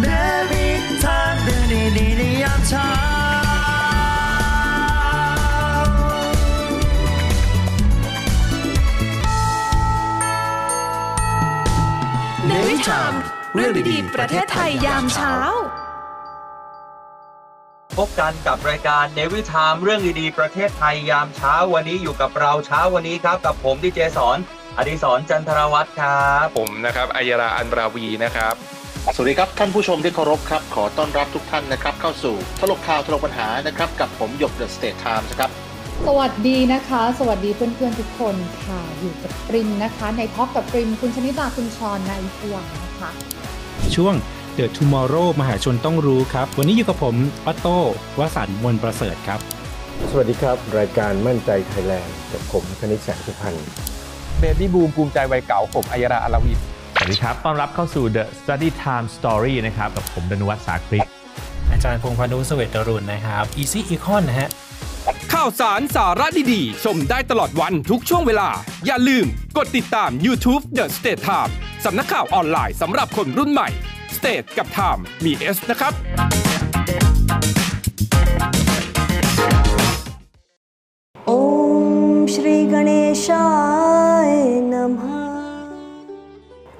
Speaker 3: เนวินไทม์เรื่องดีๆในยามเช้า
Speaker 4: เนวิชามเรื่องดีๆประเทศไทยยามเช้า
Speaker 9: พบกันกับรายการเนวิทามเรื่องดีๆ ประเทศไทยยามเช้าวันนี้อยู่กับเราเช้าวันนี้ครับ กับผมดีเจสอนอดิสรจันทรวัตรครับ
Speaker 10: ผมนะครับอัยราอันราวีนะครับ
Speaker 11: สวัสดีครับ ท่านผู้ชมที่เคารพครับ ขอต้อนรับทุกท่านนะครับ เข้าสู่ทลกข่าวทลกปัญหานะครับ กับผมหยกเดอะสเตทไทม์ครับ
Speaker 12: สวัสดีนะคะ สวัสดีเพื่อนๆทุกคนค่ะ อยู่กับปริมนะคะ ในท็อปกับปริมคุณชนิตาคุณชรนายพวงนะคะ
Speaker 6: ช่วง The Tomorrow มหาชนต้องรู้ครับ วันนี้อยู่กับผมออตโต้วสันต์มนต์ประเสริฐครับ
Speaker 13: สวัสดีครับ รายการมั่นใจไทยแลนด์กับผมคณิตแสงสุพรรณ
Speaker 10: เบบี้บูมภูมิใจวัยเก่าผมอัยราอันราวี
Speaker 11: สวัสดีครับ ต้อนรับเข้าสู่ The Study Time Story นะครับ กับผมดนวัฒน์สาคริก
Speaker 6: อาจารย์พงษ์พานุเสเวตรุณนะครับ Easy Econ นะฮะ
Speaker 2: ข่าวสารสาระดีๆ ชมได้ตลอดวันทุกช่วงเวลา อย่าลืมกดติดตาม YouTube The State Time สำนักข่าวออนไลน์สำหรับคนรุ่นใหม่ State กับ Time มี S นะครับ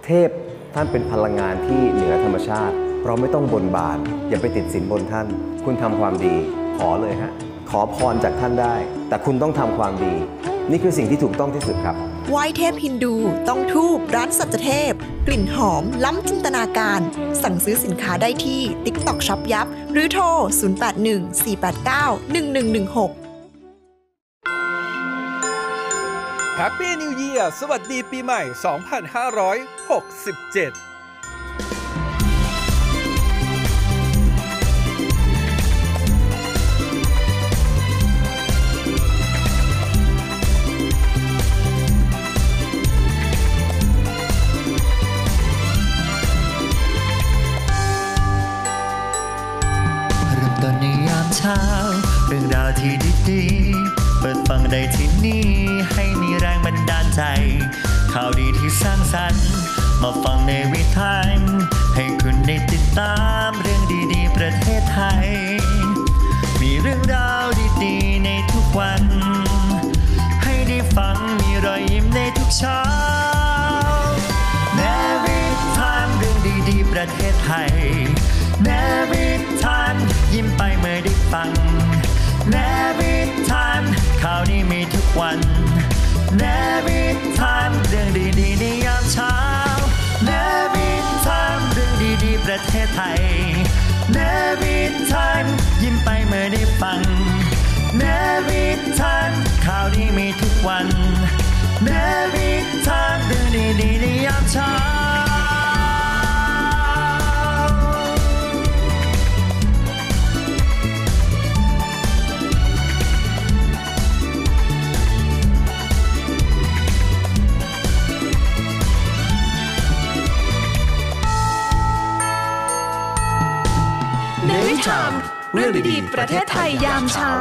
Speaker 13: เทพท่านเป็นพลังงานที่เหนือธรรมชาติ เราไม่ต้องบนบาน อย่าไปติดสินบนท่าน คุณทำความดี ขอเลยฮะ ขอพรจากท่านได้ แต่คุณต้องทำความดี นี่คือสิ่งที่ถูกต้องที่สุดครับ
Speaker 12: ไหว้เทพฮินดู ต้องทูบร้านสัจเทพ กลิ่นหอม ล้ำจินตนาการ สั่งซื้อสินค้าได้ที่ TikTok Shop ยับ หรือโทร 0814891116
Speaker 2: แฮปปี้นิว e a ีสวัสดีปีใหม่ 2567
Speaker 3: เริ่มต้นในยามเช้า เรื่องราวที่ดีๆ เปิดฟังได้ที่นี่ ให้มีแรงบันดาลใจ ข่าวดีที่สร้างสรรค์ มาฟังในวิถีให้คุณได้ติดตามเรื่องดีๆ ประเทศไทย มี เรื่องราวดีๆในทุกวัน ให้ได้ฟังมีรอยยิ้มในทุกเช้า เนวิทามเรื่องดีๆ ประเทศไทย เนวิทามยิ้มไปเมื่อได้ฟัง เนวิทามข่าวนี้มีทุกวัน เนวิทามเรื่องดีๆในยามเช้า เนวิทามเรื่องดีๆ ประเทศไทย เนวิทามยิ้มไปเมื่อได้ฟัง เนวิทามข่าวนี้มีทุกวัน เนวิทามเรื่องดีๆในยามเช้า
Speaker 4: เนวิชามเรื่องดีๆประเทศไทยยามเช้า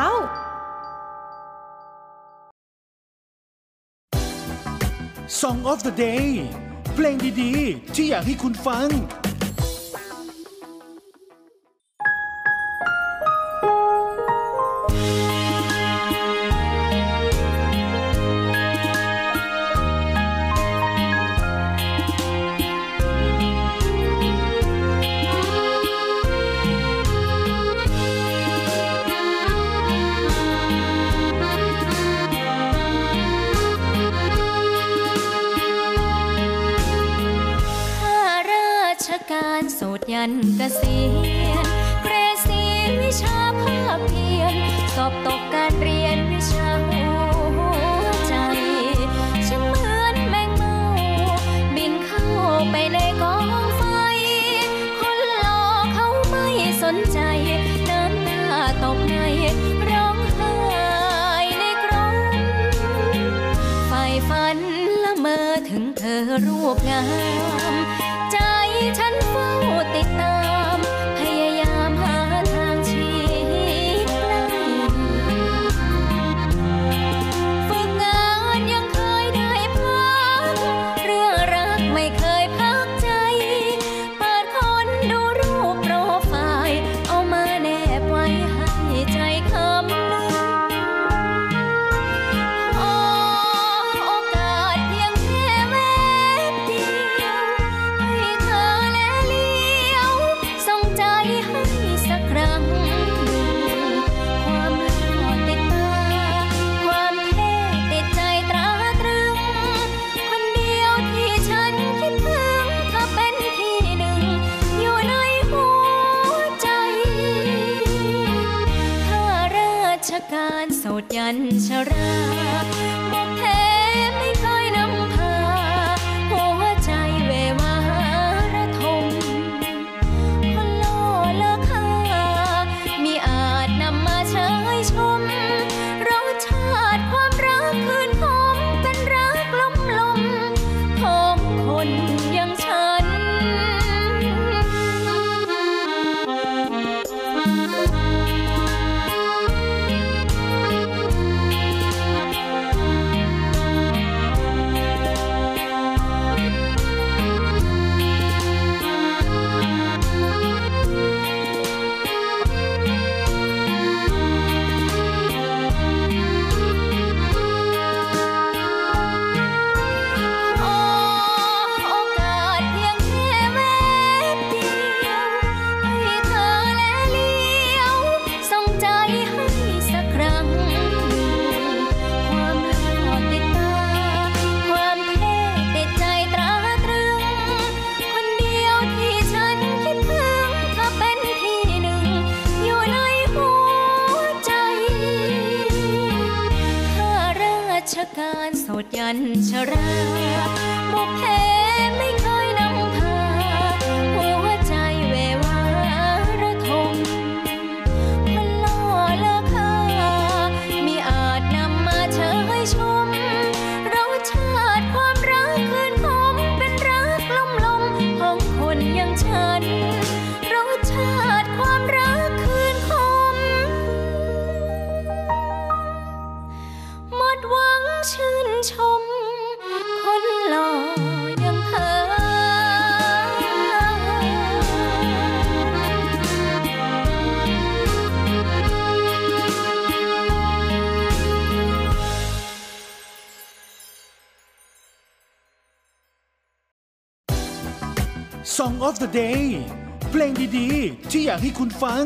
Speaker 14: Song of the Day เพลงดีๆ ที่อยากให้คุณฟัง
Speaker 15: ข้าราชการสูตรยันเกษียณเกรดสีวิชาภาคเพียรสอบตกการเรียนวิชาหัวใจฉันเหมือนแมงเมาบินเข้าไปในกองไฟ คนหลอกเขาไม่สนใจ น้ำหน้าตกในร้องไห้ในกรง ไฟฝันละเมอถึงเธอรูปงาม ใจฉันเฝ้าติดตาม พยายามหาทางชี้ไกลฝึกงานยังเคยได้พัก เรื่องรักไม่เคยพักใจ เปิดคนดูรูปโปรไฟล์ เอามาแนบไว้ให้ใจคำนึง ขอโอกาสเพียงแค่แวบเดียว ให้เธอและเลี้ยวส่งใจให้สักครั้ง ความหล่อติดตา ความเท่ติดใจตราตรึง คนเดียวที่ฉันคิดถึงเธอเป็นที่หนึ่ง อยู่ในหัวใจ ข้าราชการโสดยันชราบุพเพไม่เคยนำพา หัวใจเววาระทมคนโลเลอค่ามีอาจนำมาเชยชม รสชาติความรักคืนคมเป็นรักลมลมๆของคนอย่างฉัน ขอโอกาสเพียงแค่แวบเดียว ให้เธอและเลี้ยวส่งใจให้สักครั้ง ความหล่อติดตา ความเท่ติดใจตราตรึง คนเดียวที่ฉันคิดถึงเธอเป็นที่หนึ่ง อยู่ในหัวใจ ข้าราชการโสดยันชราบุพเพไม่เคยนำพา หัวใจเววาระทมมันล่อเลอค่ามีอาจนำมาเชยชม รสชาติความรักคืนคมเป็นรักลมลมๆของคนอย่างฉัน รสชาติความรักคืนคม หมดหวังชื่นชม คนหล่ออย่างเธอ
Speaker 16: เ
Speaker 14: Song of the Day เพลงดีๆ ที่อยากให้คุณฟัง